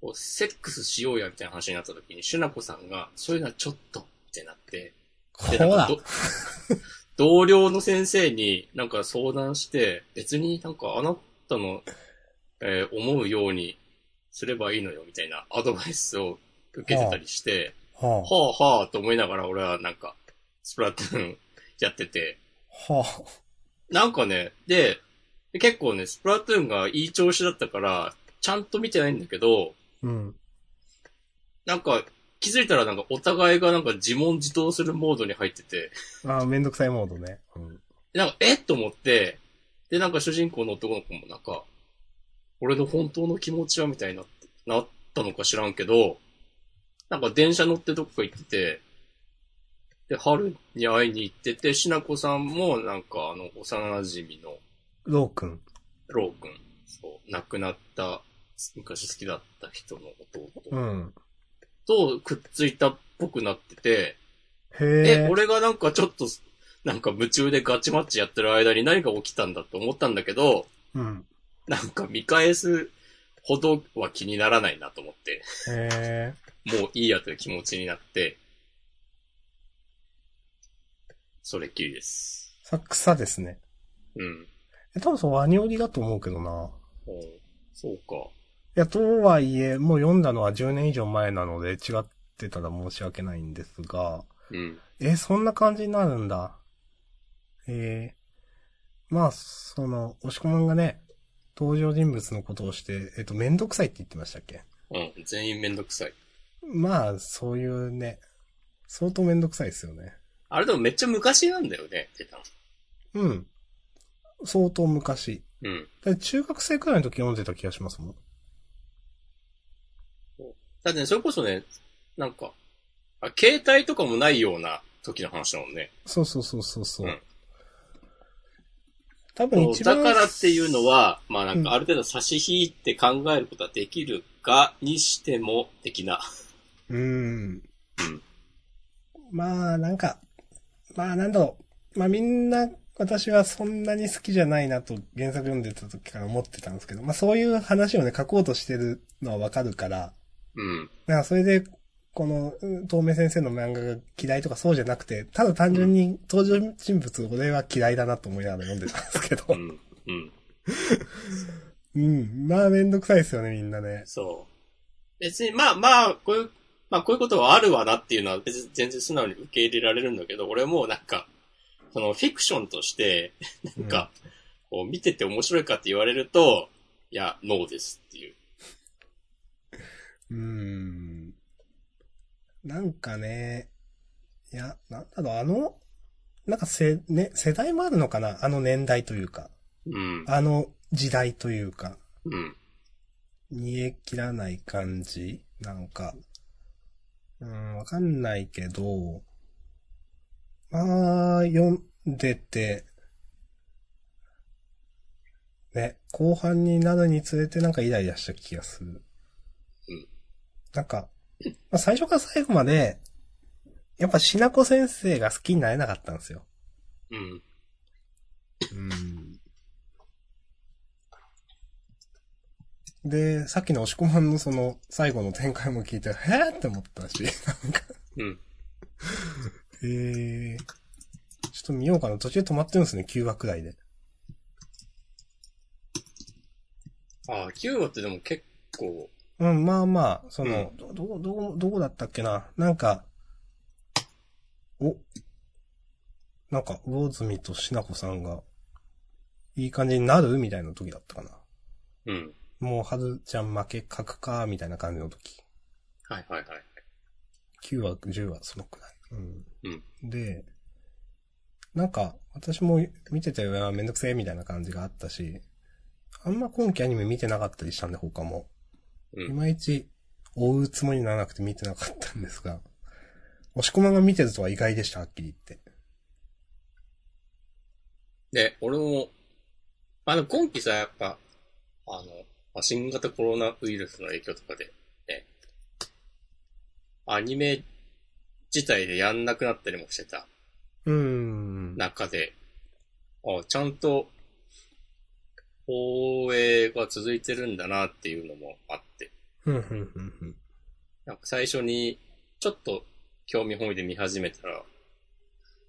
[SPEAKER 1] こうセックスしようやみたいな話になった時に、しゅなこさんが、そういうのはちょっとってなって、
[SPEAKER 2] ほ
[SPEAKER 1] でなんからど 同僚の先生になんか相談して、別になんかあなたの、えー思うようにすればいいのよみたいなアドバイスを受けてたりして、
[SPEAKER 2] は
[SPEAKER 1] はあはあと思いながら俺はなんか、スプラトゥーンやってて、
[SPEAKER 2] あ。は
[SPEAKER 1] なんかね、で、結構ね、スプラトゥーンがいい調子だったから、ちゃんと見てないんだけど、
[SPEAKER 2] あ。うん。
[SPEAKER 1] なんか、気づいたらなんかお互いがなんか自問自答するモードに入ってて、
[SPEAKER 2] ああ、めんどくさいモードね。うん。
[SPEAKER 1] でなんか、えっと思って、で、なんか主人公の男の子もなんか、俺の本当の気持ちはみたいになって、なったのか知らんけど、なんか電車乗ってどっか行ってて、で、春に会いに行ってて、しなこさんもなんかあの、幼馴染の
[SPEAKER 2] ロー君。
[SPEAKER 1] ロー君、そう、亡くなった、昔好きだった人の弟
[SPEAKER 2] うん。
[SPEAKER 1] とくっついたっぽくなってて、
[SPEAKER 2] へ
[SPEAKER 1] え、
[SPEAKER 2] え。
[SPEAKER 1] 俺がなんかちょっと、なんか夢中でガチマッチやってる間に何が起きたんだと思ったんだけど、
[SPEAKER 2] うん。
[SPEAKER 1] なんか見返すほどは気にならないなと思って、
[SPEAKER 2] へえ。
[SPEAKER 1] もういいやという気持ちになって、それっきりです。
[SPEAKER 2] さ、草ですね。
[SPEAKER 1] うん。
[SPEAKER 2] え、多分そう、ワニオリだと思うけどな。
[SPEAKER 1] おうそうか。
[SPEAKER 2] いや、とはいえ、もう読んだのは10年以上前なので、違ってたら申し訳ないんですが、
[SPEAKER 1] うん。
[SPEAKER 2] え、そんな感じになるんだ。えー、まあ、その、押し込まんがね、登場人物のことをして、えっと、めんどくさいって言ってましたっけ
[SPEAKER 1] うん。全員めんどくさい。
[SPEAKER 2] まあ、そういうね、相当めんどくさいですよね。
[SPEAKER 1] あれでもめっちゃ昔なんだよね、出たの。
[SPEAKER 2] うん。相当昔。
[SPEAKER 1] うん。
[SPEAKER 2] だって中学生くらいの時読んでた気がしますもん。
[SPEAKER 1] だってね、それこそね、なんか、あ携帯とかもないような時の話だもんね。
[SPEAKER 2] そうそうそうそうそう。
[SPEAKER 1] うん
[SPEAKER 2] 多分
[SPEAKER 1] そ
[SPEAKER 2] 一
[SPEAKER 1] うだ
[SPEAKER 2] 番。
[SPEAKER 1] からっていうのは、まあなん
[SPEAKER 2] うん
[SPEAKER 1] かある程度差し引いて考えることはできるが、にしても、的な。
[SPEAKER 2] うん。まあ、なんか、まあ、なんだろう。まあ、みんな、私はそんなに好きじゃないなと原作読んでた時から思ってたんですけど、まあ、そういう話をね、書こうとしてるのはわかるから、
[SPEAKER 1] うん。
[SPEAKER 2] なんかそれで、この、うん透明先生の漫画が嫌いとかそうじゃなくて、ただ単純に登場人物俺は嫌いだなと思いながら読んでたんですけ
[SPEAKER 1] う
[SPEAKER 2] ど。
[SPEAKER 1] ん。うん。
[SPEAKER 2] うん。まあ、めんどくさいですよね、みんなね。
[SPEAKER 1] そう。別に、まあまあ、こういう、まあこういうことはあるわなっていうのは別に全然素直に受け入れられるんだけど、俺もなんか、そのフィクションとして、
[SPEAKER 2] な
[SPEAKER 1] なんか、こう見てて面白いかって言われると、いや、ノーですっていう。
[SPEAKER 2] うーん。なんかね、いや、なんだろう、あの、なんかせ、ね、世代もあるのかなあの年代というか、
[SPEAKER 1] うん。
[SPEAKER 2] あの時代というか、
[SPEAKER 1] うん。
[SPEAKER 2] 煮え切らない感じなんか、うん、わかんないけど、まあ、読んでて、ね、後半になるにつれてなんかイライラした気がする。
[SPEAKER 1] うん
[SPEAKER 2] なんか、まあ、最初から最後まで、やっぱしなこ先生が好きになれなかったんですよ。
[SPEAKER 1] うん。
[SPEAKER 2] で、さっきの押し込まんのその最後の展開も聞いて、へーって思ったし、なんか、
[SPEAKER 1] うん。
[SPEAKER 2] えー、ちょっと見ようかな。途中で止まってるんですね、9話くらいで。
[SPEAKER 1] ああ、9話ってでも結構、
[SPEAKER 2] うん、まあまあ、その
[SPEAKER 1] う、
[SPEAKER 2] どどう、どう、どうだったっけな。なんか、お、なんか、魚住としなこさんが、いい感じになるみたいな時だったかな。
[SPEAKER 1] うん。
[SPEAKER 2] もう、はずちゃん負け書くか、みたいな感じの時。
[SPEAKER 1] はいはいはい。
[SPEAKER 2] 9話、10話、そのくらい。うん。で、なんか、私も見てたよ、めんどくせえ、みたいな感じがあったし、あんま今期アニメ見てなかったりしたんで、他も。
[SPEAKER 1] うん
[SPEAKER 2] いまいち、追うつもりにならなくて見てなかったんですが、押し込まんが見てるとは意外でした、はっきり言って。
[SPEAKER 1] で、俺も、まあでも今期さ、やっぱ、あの、まあ新型コロナウイルスの影響とかで、ね、アニメ自体でやんなくなったりもしてた
[SPEAKER 2] うーん。
[SPEAKER 1] 中で、あちゃんと、放映が続いてるんだなっていうのもあって、
[SPEAKER 2] うん、うん、うん、うん。
[SPEAKER 1] なんか最初に、ちょっと興味本位で見始めたら、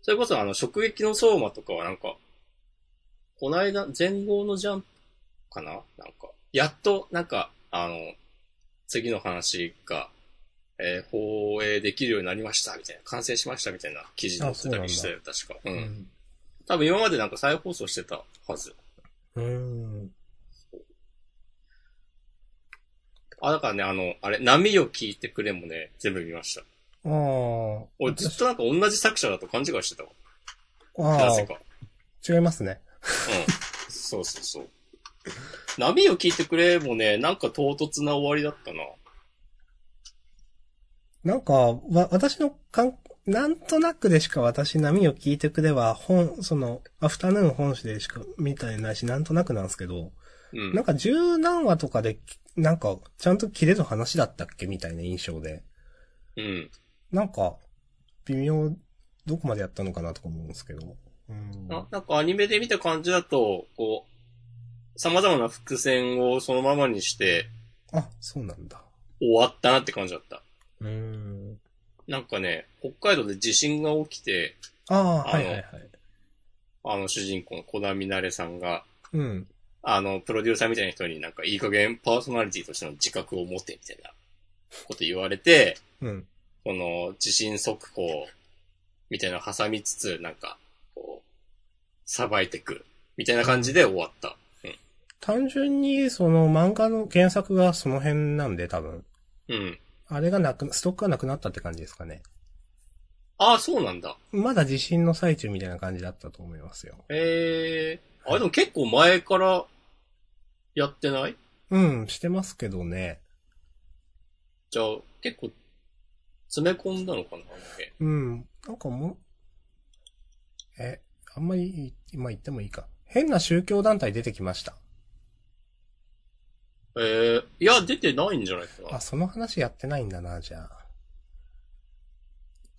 [SPEAKER 1] それこそあの、直撃の相馬とかはなんか、こないだ、前後のジャンプかななんか、やっと、なんか、あの、次の話が、えー放映できるようになりました、みたいな、完成しました、みたいな記事載ってたりしてたよ、確か。う。
[SPEAKER 2] うんん。
[SPEAKER 1] 多分今までなんか再放送してたはず。
[SPEAKER 2] うん。
[SPEAKER 1] あ、だからね、あの、あれ、波よ聞いてくれもね、全部見ました。
[SPEAKER 2] あー
[SPEAKER 1] 俺ずっとなんか同じ作者だと勘違いしてたわ。な
[SPEAKER 2] あ
[SPEAKER 1] ぜ
[SPEAKER 2] ー。
[SPEAKER 1] か。
[SPEAKER 2] 違いますね。
[SPEAKER 1] うん。そうそうそう。波を聞いてくれもね、なんか唐突な終わりだったな。
[SPEAKER 2] なんか、わ、私の感、なんとなくでしか私波を聞いてくれは、本、その、アフタヌーン本誌でしか見たりないし、なんとなくなんですけど、
[SPEAKER 1] うん。
[SPEAKER 2] なんか十何話とかで、なんか、ちゃんと切れる話だったっけみたいな印象で。
[SPEAKER 1] うん。
[SPEAKER 2] なんか、微妙、どこまでやったのかなとか思うんですけど。うん。
[SPEAKER 1] ななんかアニメで見た感じだと、こう、様々な伏線をそのままにして
[SPEAKER 2] あ、そうなんだ。
[SPEAKER 1] 終わったなって感じだった。
[SPEAKER 2] うん。
[SPEAKER 1] なんかね、北海道で地震が起きて、
[SPEAKER 2] ああ、
[SPEAKER 1] あの
[SPEAKER 2] はいはいはい。
[SPEAKER 1] あの主人公の小波なれさんが、
[SPEAKER 2] うん。
[SPEAKER 1] あの、プロデューサーみたいな人になんかいい加減パーソナリティとしての自覚を持ってみたいなこと言われて、
[SPEAKER 2] うん。
[SPEAKER 1] この地震速報みたいなのを挟みつつ、なんか、こう、さばいてく、みたいな感じで終わった。
[SPEAKER 2] 単純に、その漫画の原作がその辺なんで、多分。
[SPEAKER 1] うん。
[SPEAKER 2] あれがなく、ストックがなくなったって感じですかね。
[SPEAKER 1] ああ、そうなんだ。
[SPEAKER 2] まだ地震の最中みたいな感じだったと思いますよ。
[SPEAKER 1] ええー。あれでも結構前からやってない
[SPEAKER 2] うん、してますけどね。
[SPEAKER 1] じゃあ、結構詰め込んだのかなあの辺
[SPEAKER 2] うん、なんかもう、え、あんまり、今言ってもいいか。変な宗教団体出てきました。
[SPEAKER 1] ええー。いや、出てないんじゃないか
[SPEAKER 2] あ、その話やってないんだな、じゃあ。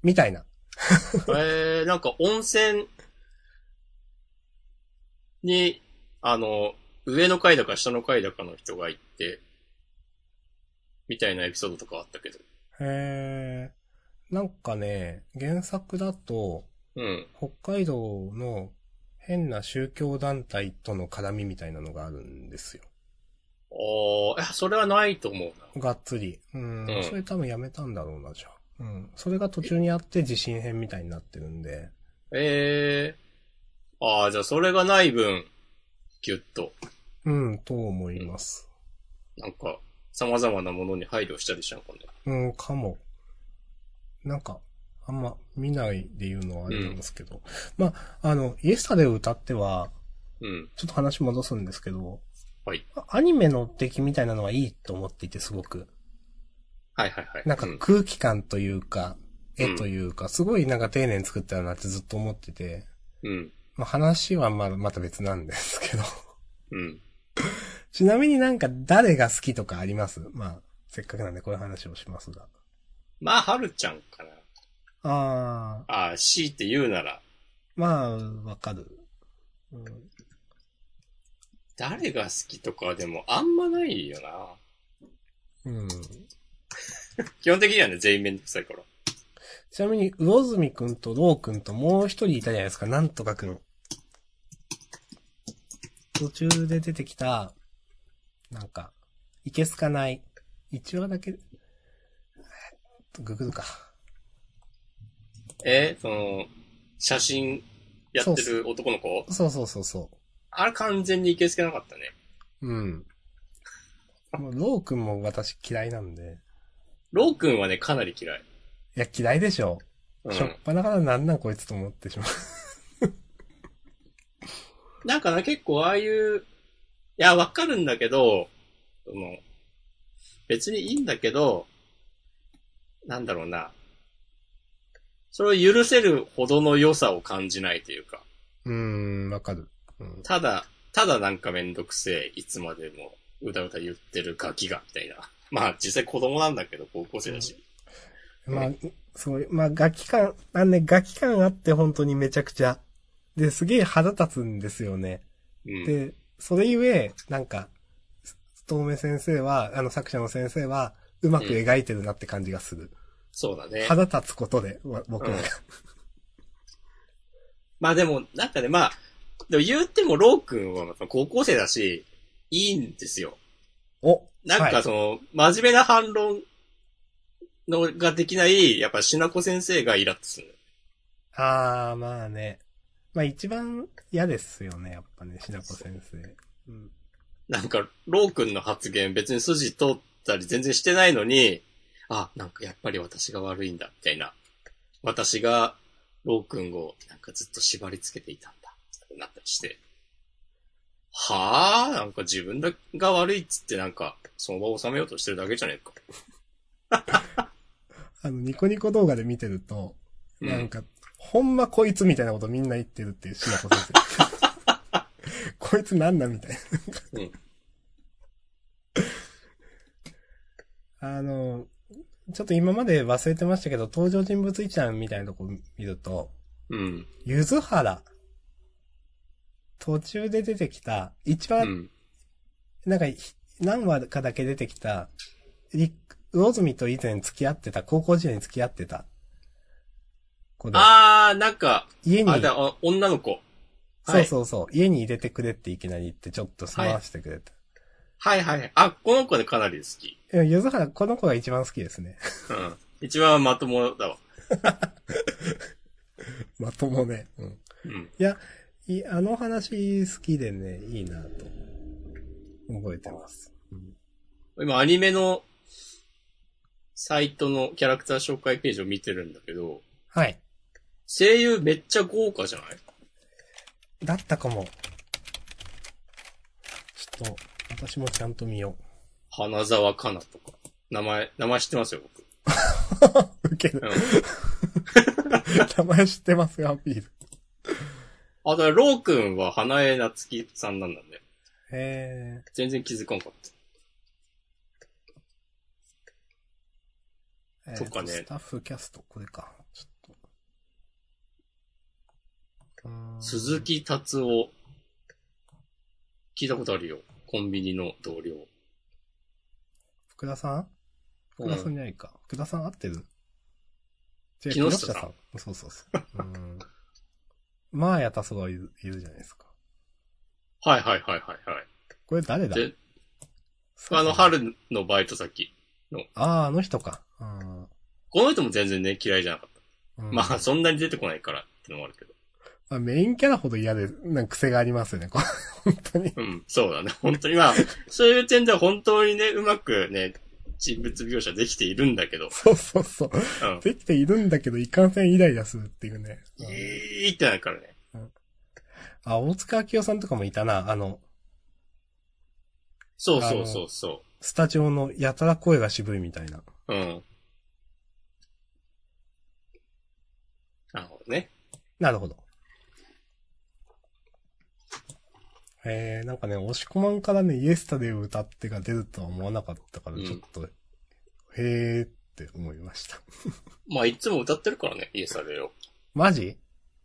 [SPEAKER 2] みたいな。
[SPEAKER 1] な。ええー、なんか温泉に、あの、上の階だか下の階だかの人が行って、みたいなエピソードとかあったけど。
[SPEAKER 2] へえ。なんかね、原作だと、
[SPEAKER 1] うん。
[SPEAKER 2] 北海道の変な宗教団体との絡みみたいなのがあるんですよ。
[SPEAKER 1] ああ、いやそれはないと思うな。
[SPEAKER 2] がっつり。うん。
[SPEAKER 1] うん
[SPEAKER 2] それ多分やめたんだろうな、じゃあ。うん。それが途中にあって地震編みたいになってるんで。
[SPEAKER 1] ええああ、じゃあそれがない分、ぎゅっと、
[SPEAKER 2] うん、と思います。
[SPEAKER 1] なんか、様々なものに配慮したりしたのかね。
[SPEAKER 2] うん、かも。なんか、あんま見ないで言うのはあれなんですけど。まあ、あの、イエスタデを歌っては、
[SPEAKER 1] うん。
[SPEAKER 2] ちょっと話戻すんですけど、
[SPEAKER 1] はい
[SPEAKER 2] あ。アニメの出来みたいなのはいいと思っていて、すごく。
[SPEAKER 1] はいはいはい。
[SPEAKER 2] なんか
[SPEAKER 1] うん、
[SPEAKER 2] 空気感というか、
[SPEAKER 1] うん
[SPEAKER 2] 絵というか、すごいなんか丁寧に作ったよなってずっと思ってて、
[SPEAKER 1] うん。
[SPEAKER 2] まあ、話はまあまた別なんですけど。
[SPEAKER 1] うん。
[SPEAKER 2] ちなみになんか誰が好きとかありますまあ、せっかくなんでこういう話をしますが。
[SPEAKER 1] まあ、はるちゃんかな。
[SPEAKER 2] ああ、
[SPEAKER 1] ああ、強いて言うなら、
[SPEAKER 2] まあ、わかる。うん
[SPEAKER 1] 誰が好きとかでもあんまないよな。
[SPEAKER 2] うん。
[SPEAKER 1] 基本的にはね、全員めんどくさいから。
[SPEAKER 2] ちなみに、魚住くんとロウくんともう一人いたじゃないですか、なんとかくん。途中で出てきた、なんか、いけすかない。一話だけ、えーっとググるか。
[SPEAKER 1] えーその、写真やってる男の子
[SPEAKER 2] そうそうそうそ
[SPEAKER 1] あれ完全にいけすけなかったね。
[SPEAKER 2] う。うん。もう、ロウくんも私嫌いなんで。
[SPEAKER 1] ロー君はね、かなり嫌い。
[SPEAKER 2] いや、嫌いでしょ。
[SPEAKER 1] うん
[SPEAKER 2] しょっぱなからなんなんこいつと思ってしまう。
[SPEAKER 1] なんかな、結構ああいう、いや、わかるんだけど、その、別にいいんだけど、なんだろうな。それを許せるほどの良さを感じないというか、
[SPEAKER 2] うーん、わかる。うん。
[SPEAKER 1] ただ、ただなんかめんどくせえ、いつまでもうだうだ言ってるガキが、みたいな。まあ、実際子供なんだけど、高校生だし。
[SPEAKER 2] まあ、そういう、まあ、ガキ感、あのね、ガキ感あって本当にめちゃくちゃ。で、すげえ腹立つんですよね。
[SPEAKER 1] うん。
[SPEAKER 2] で、それゆえ、なんか、遠目先生は、あの作者の先生は、うまく描いてるなって感じがする。
[SPEAKER 1] そうだね。
[SPEAKER 2] 腹立つことで、わ僕は。
[SPEAKER 1] うんまあでも、なんかね、まあ、でも言っても、ロー君は高校生だし、いいんですよ。
[SPEAKER 2] お
[SPEAKER 1] なん
[SPEAKER 2] はい
[SPEAKER 1] かその、真面目な反論のができない、やっぱ、しなこ先生がイラッとする。
[SPEAKER 2] あー、まあね。まあ一番嫌ですよね、やっぱね、しなこ先生。うん。
[SPEAKER 1] なんか、ロー君の発言別に筋通ったり全然してないのに、あ、なんかやっぱり私が悪いんだ、みたいな。私が、ロー君をなんかずっと縛り付けていたんだ、ってなったりして。はあなんか自分が悪いっつってなんか、その場を収めようとしてるだけじゃねえか。
[SPEAKER 2] あの、ニコニコ動画で見てると、
[SPEAKER 1] うん
[SPEAKER 2] なんか、ほんまこいつみたいなことみんな言ってるっていう、しなこ先 生。こいつなんだみたいな。
[SPEAKER 1] うん
[SPEAKER 2] あの、ちょっと今まで忘れてましたけど、登場人物一覧みたいなとこ見ると、
[SPEAKER 1] うん。
[SPEAKER 2] ゆずはら。途中で出てきた、一
[SPEAKER 1] う
[SPEAKER 2] 番
[SPEAKER 1] ん。
[SPEAKER 2] なんか、ひ何話かだけ出てきた、リ魚住と以前付き合ってた、高校時代に付き合ってた子で、
[SPEAKER 1] あー、なんか、
[SPEAKER 2] 家に
[SPEAKER 1] あ、、だ、あ女の子。
[SPEAKER 2] そう
[SPEAKER 1] う。
[SPEAKER 2] そうそう、家に入れてくれっていきなり言って、ちょっと済ましてくれた。
[SPEAKER 1] はいはいはい。あ、この子でかなり好き。
[SPEAKER 2] でも柚原、この子が一番好きですね。
[SPEAKER 1] うん。一番まともだわ。
[SPEAKER 2] まともね。うん。
[SPEAKER 1] うん。
[SPEAKER 2] いや、いあの話好きでね、いいなと、覚えてます。
[SPEAKER 1] 今アニメのサイトのキャラクター紹介ページを見てるんだけど、
[SPEAKER 2] はい。
[SPEAKER 1] 声優めっちゃ豪華じゃない
[SPEAKER 2] だったかも。ちょっと、私もちゃんと見よ
[SPEAKER 1] 花沢香菜とか。名前、名前知ってますよ、僕。
[SPEAKER 2] う。 受ける。
[SPEAKER 1] うん。
[SPEAKER 2] 名前知ってますよ、アピール。
[SPEAKER 1] あ、だから、ロー君は花江夏樹さんなんだね。
[SPEAKER 2] へ
[SPEAKER 1] 全然気づかんかっ
[SPEAKER 2] え。
[SPEAKER 1] とかね
[SPEAKER 2] えースタッフキャスト、これか。ちょっと。うーん
[SPEAKER 1] た。鈴。木達夫。聞いたことあるよ。コンビニの同僚。
[SPEAKER 2] 福田さん福田さんじゃないか。福田さん合ってる違
[SPEAKER 1] 木下さん
[SPEAKER 2] ん。そうそうそう。うーん。まあやたそがいるいるじゃないですか。
[SPEAKER 1] はいはいはいはいはい。
[SPEAKER 2] これ誰だ
[SPEAKER 1] で、
[SPEAKER 2] そう
[SPEAKER 1] あの、。春のバイト先。
[SPEAKER 2] ああ、あの人か。うん
[SPEAKER 1] この人も全然ね、嫌いじゃなかった。
[SPEAKER 2] うん
[SPEAKER 1] まあ、そんなに出てこないからってのもあるけど。
[SPEAKER 2] まあ、メインキャラほど嫌で、なんか癖がありますよね、これ。本当に。
[SPEAKER 1] うん、そうだね。 本当にまあ、そういう点では本当にね、うまくね、人物描写できているんだけど、
[SPEAKER 2] そうそうそう。
[SPEAKER 1] うん。
[SPEAKER 2] できているんだけど、いかんせんイライラするっていうね。うん
[SPEAKER 1] いいってなるからね。
[SPEAKER 2] あ、大塚明夫さんとかもいたな。あの、
[SPEAKER 1] そうそうそうそ
[SPEAKER 2] スタジオのやたら声が渋いみたいな。
[SPEAKER 1] う。うん。なるほどね。
[SPEAKER 2] なるほど。えー、なんかね、押し込まんからね、イエスタで歌ってが出るとは思わなかったから、
[SPEAKER 1] うん
[SPEAKER 2] ちょっと、へーって思いました。
[SPEAKER 1] まあ、いつも歌ってるからね、イエスアレを。
[SPEAKER 2] マジ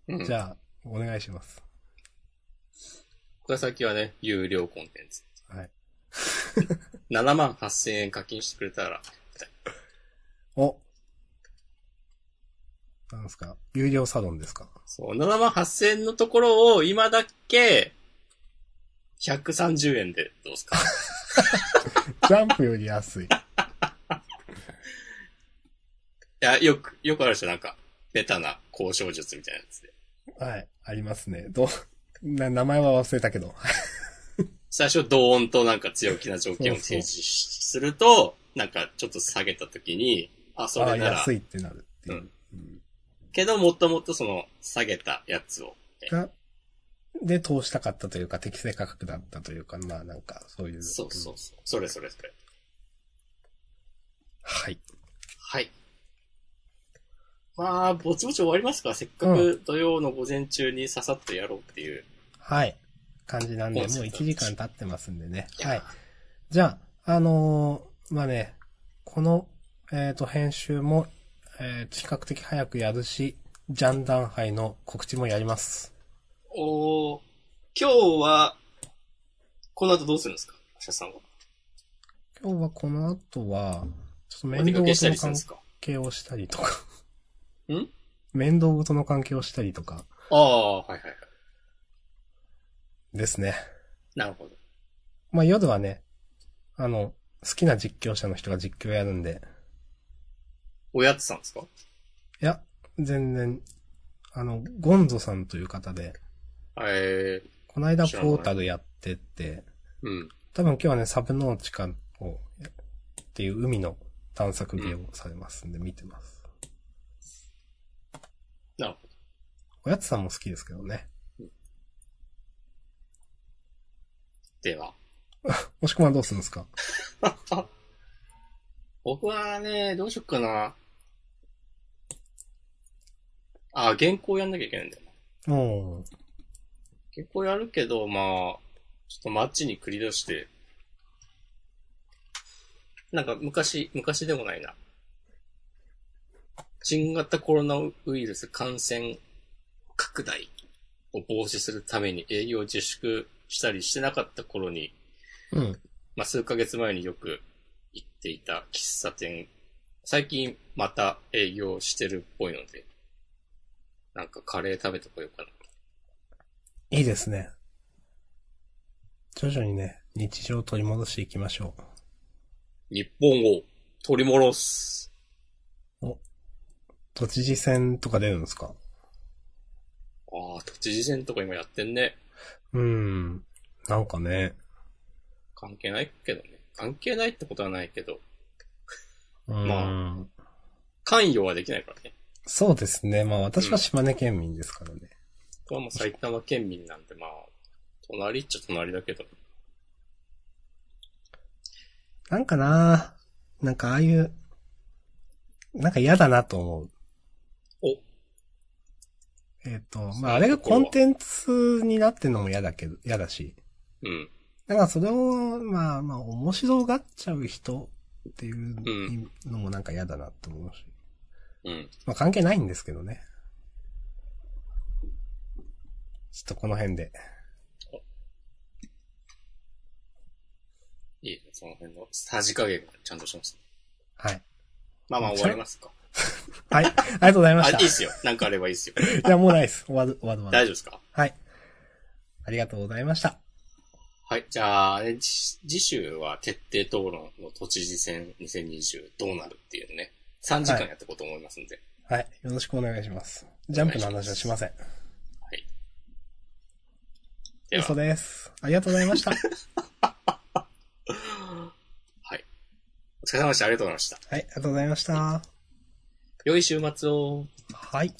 [SPEAKER 1] うん。
[SPEAKER 2] じゃあ、お願いします。
[SPEAKER 1] これ先はね、有料コンテンツ。
[SPEAKER 2] はい。
[SPEAKER 1] 7万8000円課金してくれたら、
[SPEAKER 2] おなんですか有料サロンですか
[SPEAKER 1] そう、7万8000円のところを今だけ、130円でどうですか
[SPEAKER 2] ジャンプより安い。
[SPEAKER 1] いや、よく、よくあるじゃん、なんか、ベタな交渉術みたいなやつで。
[SPEAKER 2] はい、ありますね。どう、 な、名前は忘れたけど。
[SPEAKER 1] 最初、同音となんか強気な条件を提示しすると、なんかちょっと下げたときに、あ、そ
[SPEAKER 2] ああ
[SPEAKER 1] れなら
[SPEAKER 2] 安、いってなるっていう。
[SPEAKER 1] うん
[SPEAKER 2] うん
[SPEAKER 1] けどもっともっとその下げたやつを。
[SPEAKER 2] が、で通したかったというか、適正価格だったというか、まあなんか、そういう。
[SPEAKER 1] そうそうそう。それそれそれ。
[SPEAKER 2] はい。
[SPEAKER 1] はい。まあ、ぼちぼち終わりますかせっか
[SPEAKER 2] う
[SPEAKER 1] く土曜の午前中にささっとやろうっていう。
[SPEAKER 2] はい。感じなんで、もう
[SPEAKER 1] コンセプト
[SPEAKER 2] 1時間経ってますんでね。
[SPEAKER 1] いや
[SPEAKER 2] はい。じゃあ、あのーまあね、この、えっ、と、編集も、えっ、と、比較的早くやるし、ジャンダン杯の告知もやります。
[SPEAKER 1] おー今日は、この後どうするんですかアシャさんは。
[SPEAKER 2] 今日はこの後は、ちょっと
[SPEAKER 1] お
[SPEAKER 2] 面
[SPEAKER 1] 出
[SPEAKER 2] 倒
[SPEAKER 1] かけした
[SPEAKER 2] 事
[SPEAKER 1] りするん
[SPEAKER 2] の 関
[SPEAKER 1] ですか
[SPEAKER 2] 係をしたりとか。
[SPEAKER 1] ん
[SPEAKER 2] 面倒事の関係をしたりとか。
[SPEAKER 1] ああ、はいはいはい。
[SPEAKER 2] ですね。
[SPEAKER 1] なるほど。
[SPEAKER 2] まあ夜はね、あの、好きな実況者の人が実況やるんで、
[SPEAKER 1] おやつさんですか
[SPEAKER 2] いや、全然、あの、ゴンゾさんという方で、
[SPEAKER 1] ええ
[SPEAKER 2] この間
[SPEAKER 1] 知らない
[SPEAKER 2] ポータルやってて、
[SPEAKER 1] うん。
[SPEAKER 2] 多分今日はね、サブノーチカを、っていう海の探索芸をされますんで見てます。
[SPEAKER 1] なるほど。
[SPEAKER 2] おやつさんも好きですけどね。
[SPEAKER 1] では。
[SPEAKER 2] もしくはどうするんですか
[SPEAKER 1] 僕はね、どうしよっかな。あ、原稿やんなきゃいけないんだよな。
[SPEAKER 2] もう、
[SPEAKER 1] 原稿やるけど、まあ、ちょっと街に繰り出して、なんか昔、昔でもないな。新型コロナウイルス感染拡大を防止するために営業自粛したりしてなかった頃に、
[SPEAKER 2] うん。
[SPEAKER 1] まあ、数ヶ月前によく行っていた喫茶店、最近また営業してるっぽいので、なんかカレー食べてこようかな。
[SPEAKER 2] いいですね。徐々にね、日常を取り戻していきましょう。
[SPEAKER 1] 日本を取り戻す。
[SPEAKER 2] 都知事選とか出るんですか
[SPEAKER 1] ああ、都知事選とか今やってんね。
[SPEAKER 2] うん。なんかね、
[SPEAKER 1] 関係ないけどね。関係ないってことはないけど、
[SPEAKER 2] うん。
[SPEAKER 1] ま関与はできないからね。
[SPEAKER 2] そうですね。まあ私は島根県民ですからね。
[SPEAKER 1] 僕はもう埼玉県民なんで、まあ、隣っちゃ隣だけど。
[SPEAKER 2] なんかななんかああいう、なんか嫌だなと思う。
[SPEAKER 1] お、
[SPEAKER 2] えっ、と、まああれがコンテンツになってんのも嫌だけど、嫌だし。
[SPEAKER 1] うん。
[SPEAKER 2] なんかそれを、まあまあ面白がっちゃう人っていうのもなんか嫌だなと思うし。
[SPEAKER 1] うん。
[SPEAKER 2] まあ関係ないんですけどね。ちょっとこの辺で。
[SPEAKER 1] いいね。その辺のさじ加減がちゃんとします。
[SPEAKER 2] はい。
[SPEAKER 1] まあまあ終わりますか。
[SPEAKER 2] はい。ありがとうございま
[SPEAKER 1] あ、
[SPEAKER 2] し
[SPEAKER 1] い
[SPEAKER 2] た。
[SPEAKER 1] いっすよ。なんかあればいいっ すよ。
[SPEAKER 2] じゃあもうないです。終わる、終わる、終わる。
[SPEAKER 1] 大丈夫ですか
[SPEAKER 2] はい。ありがとうございました。
[SPEAKER 1] はい。じゃあ、ね、じ次週は徹底討論の都知事選2020どうなるっていうね。3時間やっていこうと思いますんで。
[SPEAKER 2] はい。よろしくお願いします。ジャンプの話はしません。
[SPEAKER 1] では
[SPEAKER 2] 嘘、です。ありがとうございました。はい。
[SPEAKER 1] お疲れ様でした。ありがとうございました。
[SPEAKER 2] ありがとうございました。
[SPEAKER 1] 良い週末を。
[SPEAKER 2] はい。